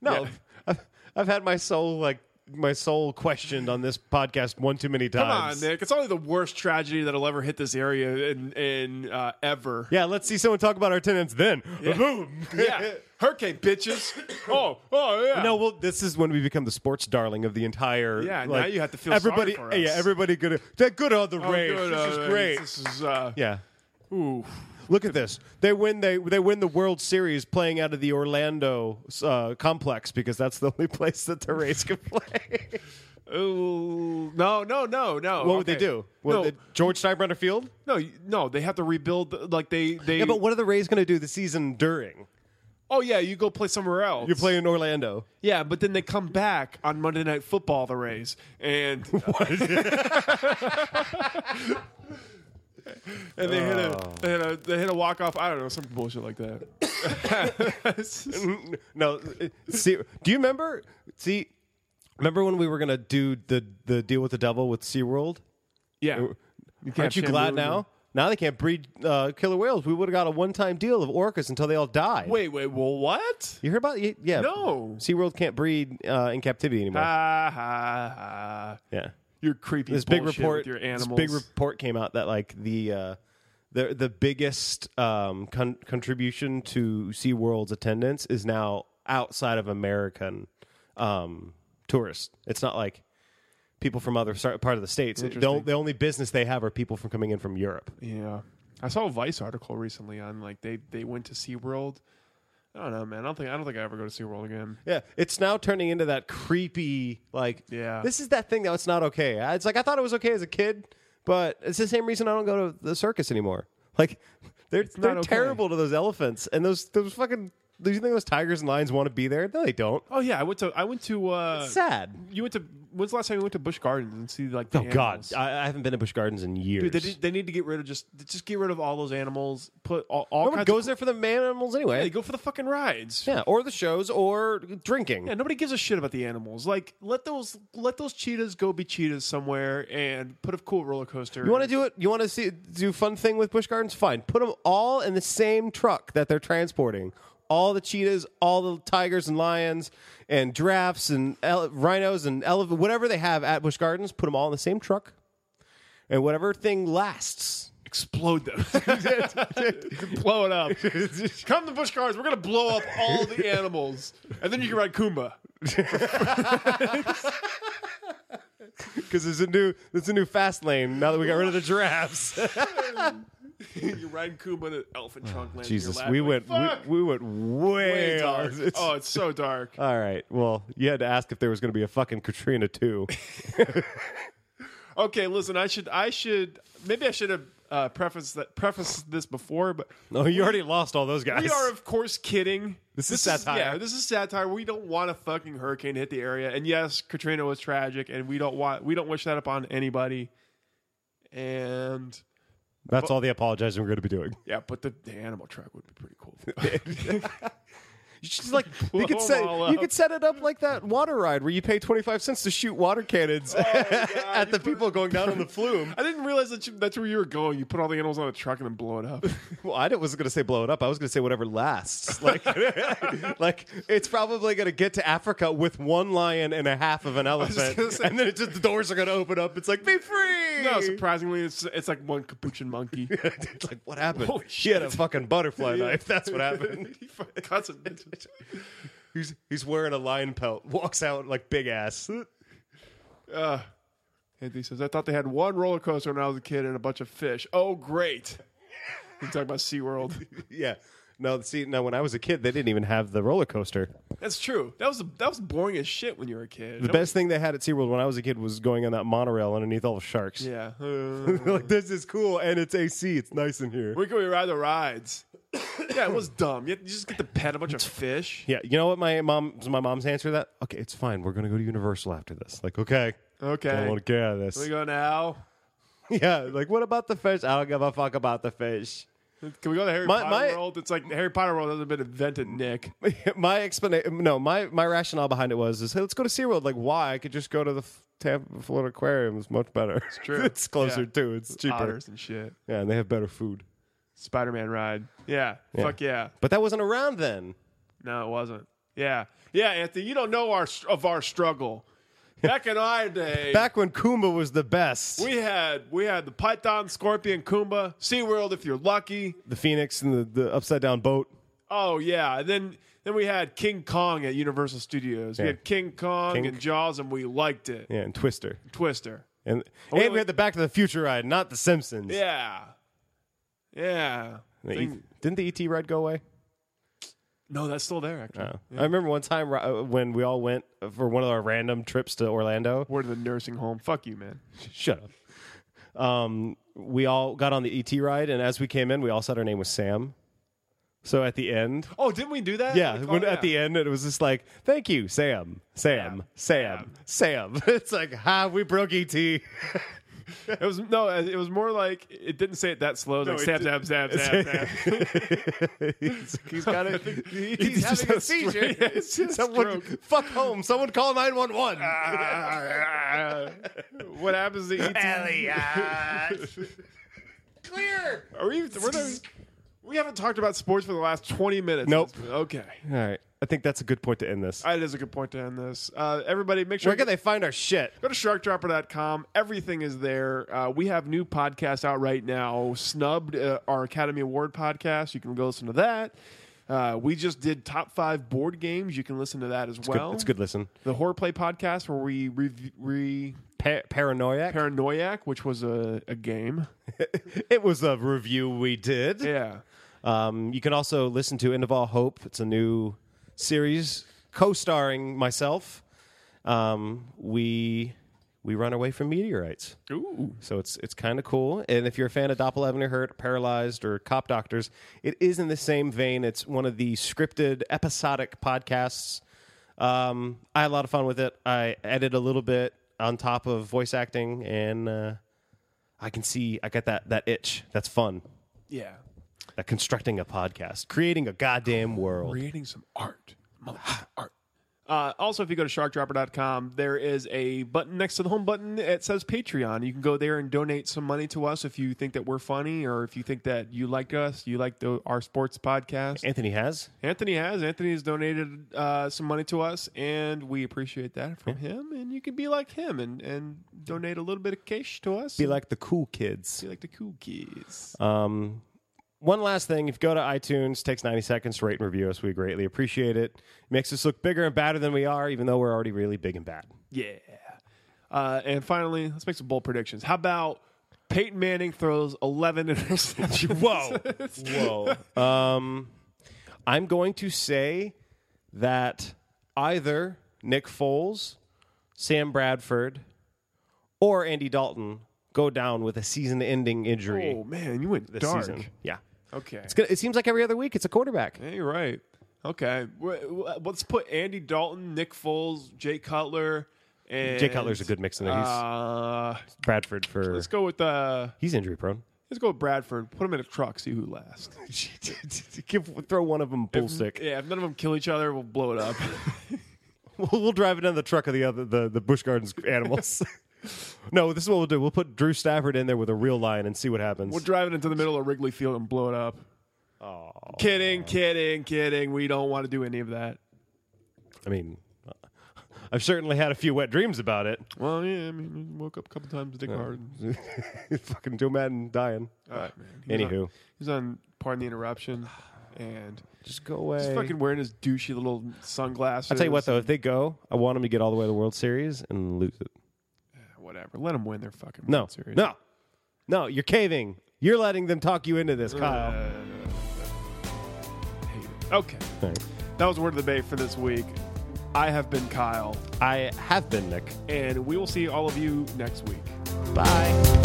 no. Yeah. I've, I've had my soul like my soul questioned on this podcast one too many Come on, times. Nick. It's only the worst tragedy that'll ever hit this area in in uh, ever. Yeah, let's see someone talk about our tenants then. Boom. Yeah. Hurricane bitches. Oh, oh yeah. No, well, this is when we become the sports darling of the entire. Yeah, now like, you have to feel sorry everybody. for us. Yeah, everybody good. That good on the Oh, Rays. good, This uh, is great. This is uh, Yeah. ooh. Look at this. They win. They they win the World Series playing out of the Orlando uh, complex because that's the only place that the Rays can play. Ooh. No, no, no, no. what would they Oh, Okay. do? What, no, they- George Steinbrenner Field? no, you- no, they have to rebuild. Like they, they. Yeah, but what are the Rays going to do the season during? oh yeah, you go play somewhere else. You're playing in Orlando. Yeah, but then they come back on Monday Night Football, the Rays, and and they hit Oh. a they hit a they hit a walk off. I don't know some bullshit like that. No, see, do you remember? See, remember when we were going to do the the deal with the devil with SeaWorld? yeah, Aren't you glad now? Now they can't breed uh, killer whales. We would have got a one time deal of orcas until they all died. Wait, wait, well, what? You heard about y- yeah? No. Ah. SeaWorld can't breed uh, in captivity anymore. Ha ha ha! yeah. You're creepy. This big bullshit report with your this animals. big report came out that like the uh, the the biggest um, con- contribution to SeaWorld's attendance is now outside of American um, tourists. It's not like people from other sar- part of the states. It- The, o- the only business they have are people from coming in from Europe. yeah, I saw a Vice article recently on like they they went to SeaWorld. I don't know, man. I don't think I don't think I ever go to SeaWorld again. Yeah, it's now turning into that creepy like. Yeah. this is that thing that it's not okay. I- It's like I thought it was okay as a kid, but it's the same reason I don't go to the circus anymore. Like they're not they're okay. terrible to those elephants and those those fucking. Do you think those tigers and lions want to be there? No, they don't. Oh yeah, I went to I went to uh, Sad. You went to when's the last time you went to Bush Gardens and see like the Oh God, animals? I, I haven't been to Bush Gardens in years. Dude, they, did- they need to get rid of just just get rid of all those animals. Put all, all no kinds one goes of, there for the man animals Hey, anyway. go for the fucking rides. Yeah, or the shows or drinking. Yeah, nobody gives a shit about the animals. Like let those let those cheetahs go be cheetahs somewhere and put a cool roller coaster. You want to do it? You want to see do a fun thing with Bush Gardens? Fine. Put them all in the same truck that they're transporting. All the cheetahs, all the tigers and lions, and giraffes and ele- rhinos and elephant, whatever they have at Bush Gardens, put them all in the same truck, and whatever thing lasts. explode them. blow it up. Come to Bush Gardens. We're gonna blow up all the animals, and then you can ride Kumba. Because there's a new there's a new fast lane now that we got rid of the giraffes. you ride Kumba in an elephant trunk. lands in your Oh, Jesus, lap. we Like, went fuck. we, we went way, Way dark. off. It's- oh, it's so dark. All right. Well, you had to ask if there was going to be a fucking Katrina too. Okay, listen, I should, I should, maybe I should have uh, prefaced that, prefaced this before, but No, Oh, you already lost all those guys. we are, of course, kidding. This is satire. yeah, this is satire. We don't want a fucking hurricane to hit the area. And yes, Katrina was tragic, and we don't want, we don't wish that upon anybody. And That's all the apologizing we're going to be doing. yeah, but the, the animal truck would be pretty cool. She's like, you could them set all you up. could set it up like that water ride where you pay twenty five cents to shoot water Oh, cannons at the people going down on the flume. I didn't realize that you, that's where you were going. You put all the animals on a truck and then blow it up. Well, I didn't- wasn't going to say blow it up. I was going to say whatever lasts. Like, like it's probably going to get to Africa with one lion and a half of an gonna elephant, say- and then it just the doors are going to open up. It's like be free. no, surprisingly, it's it's like one capuchin monkey. it's like what happened? Holy she had a fucking butterfly knife. That's what happened. he fucking cuts a bitch. he's he's wearing a lion pelt. Walks out like big ass. Uh, And he says, I thought they had one roller coaster when I was a kid and a bunch of fish. Oh, great. He's talking about SeaWorld. Yeah. No, see, now when I was a kid, they didn't even have the roller coaster. That's true. That was that was boring as shit when you were a kid. The best thing they had at SeaWorld when I was a kid was going on that monorail underneath all the sharks. Yeah. Uh, like, this is cool, and it's AC. It's nice in here. where can we ride the rides? yeah, it was dumb. You you just get to pet a bunch of fish. Yeah, you know what my mom my mom's answer to that? Okay, it's fine. We're gonna go to Universal after this. Like, okay. I Okay. want to get out of Can we this. go now? yeah, like what about the fish? I don't give a fuck about the fish. Can we go to Harry My- Potter my- World? It's like the Harry Potter World hasn't been invented, Nick. my explanation, no, my, my rationale behind it was, is hey, let's go to SeaWorld. Like, why? I could just go to the F- Tampa Florida Aquarium. It's much better. It's true. it's closer Yeah. too. It's cheaper. Otters and shit. Yeah, and they have better food. Spider Man ride. Yeah. Fuck yeah. But that wasn't around then. No, it wasn't. Yeah. Yeah, Anthony, you don't know our of our struggle. Back in our day, Back when Kumba was the best, we had we had the Python, Scorpion, Kumba, SeaWorld if you're lucky. the Phoenix and the, the upside down boat. Oh yeah. And then then we had King Kong at Universal Studios. We Yeah. had King Kong King- and Jaws and we liked it. Yeah, and Twister. Twister. And, Oh, wait, and wait. we had the Back to the Future ride, not the Simpsons. Yeah. Yeah. The Thing- E- didn't the ET ride go away? no, that's still there actually. No. I remember one time uh, when we all went for one of our random trips to Orlando. We're to the nursing home. Fuck you, man. Shut up. Um, we all got on the ET ride, and as we came in, we all said our name was Sam. So at the end, Oh, didn't we do that? oh, yeah, We when, called- at the end, it was just like, "Thank you, Sam, Sam, Sam, Sam." It's like, "Ha, we broke E ET." It was no, it was more like it didn't say it that slow. It was like No, stab, it stab, stab, stab, stab. he's, he's got it. He's, just had having a a stroke. seizure. Yeah, it's just someone, fuck home. Someone call nine one one. what happens to E ET? Clear. Are we? We're not, we haven't talked about sports for the last twenty minutes. Nope. Okay. All right, I think that's a good point to end this. That is a good point to end this. Uh, everybody, make sure Where can they find our shit? Go to sharkdropper.com. Everything is there. Uh, we have new podcasts out right now. Snubbed, uh, our Academy Award podcast. You can go listen to that. Uh, we just did top five board games. You can listen to that as well. good, it's good. Listen, The Horror Play podcast, where we re- re- pa- paranoia. Paranoiac, which was a, a game. it was a review we did. Yeah. Um, you can also listen to End of All Hope. It's a new series co-starring myself. Um, we we run away from meteorites, Ooh. so it's it's kind of cool. And if you're a fan of Doppelganger Hurt, Paralyzed, or Cop Doctors, it is in the same vein. It's one of the scripted episodic podcasts. Um, I had a lot of fun with it. I edit a little bit on top of voice acting, and uh, I can see I got that that itch. That's fun Yeah. that constructing a podcast, creating a goddamn world. Creating some art. Motherfucking art. Uh, also, if you go to sharkdropper.com, there is a button next to the home button. It says Patreon. You can go there and donate some money to us if you think that we're funny or if you think that you like us, you like the, our sports podcast. Anthony has. Anthony has. Anthony has donated uh, some money to us, and we appreciate that from him. And you can be like him and, and donate a little bit of cash to us. Be like the cool kids. be like the cool kids. Um, one last thing: if you go to iTunes, takes ninety seconds to rate and review us. We greatly appreciate it. Makes us look bigger and badder than we are, even though we're already really big and bad. Yeah. Uh, and finally, let's make some bold predictions. How about Peyton Manning throws 11 interceptions? Whoa. Whoa. um, I'm going to say that either Nick Foles, Sam Bradford, or Andy Dalton go down with a season-ending injury oh, man, you went this dark. season. Yeah. Okay. It's gonna, it seems like every other week it's a quarterback. Yeah, you're right. Okay. Wh- wh- Let's put Andy Dalton, Nick Foles, Jay Cutler, and. Jay Cutler's a good mix in there. He's Uh, Bradford for let's go with uh, he's injury prone. let's go with Bradford. Put him in a truck, see who lasts. Give, throw one of them bull stick. Yeah, if none of them kill each other, we'll blow it up. We'll, we'll drive it in the truck of the other the the bush gardens animals. no, this is what we'll do. We'll put Drew Stafford in there with a real line and see what happens. We'll drive it into the middle of Wrigley Field and blow it up. Kidding, kidding, kidding. We don't want to do any of that. I mean, I've certainly had a few wet dreams about it. Well, yeah, I mean, woke up a couple times, Dick hard. Fucking Joe Madden dying. Anywho, He's on Pardon the Interruption and just go away. he's fucking wearing his douchey little sunglasses. I'll tell you what though, if they go, I want them to get all the way to the World Series and lose it. whatever. Let them win their fucking No, World Series. no, no. You're caving. You're letting them talk you into this, Kyle. Hate it. Okay, Thanks. that was word of the bay for this week. I have been Kyle, I have been Nick. and we will see all of you next week. Bye.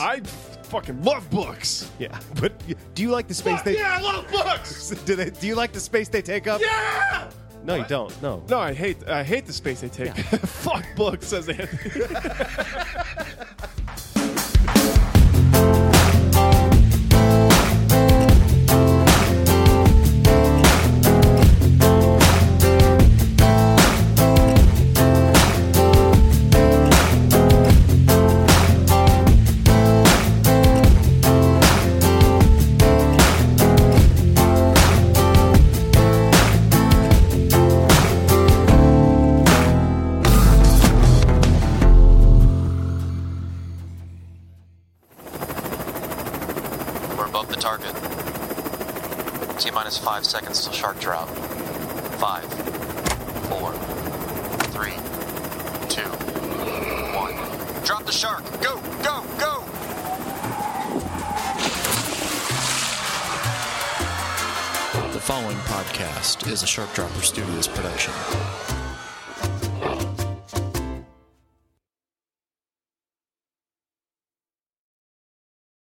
I fucking love books. Yeah, but do you like the space they? yeah, I love books. Do they? Do you like the space they take up? Yeah. No, you don't. No. No, I hate I hate the space they take. Fuck books, says Anthony. We're above the target. T minus five seconds till shark drop. Five, four, three, two, one. Drop the shark. Go, go, go. The following podcast is a Shark Dropper Studios production.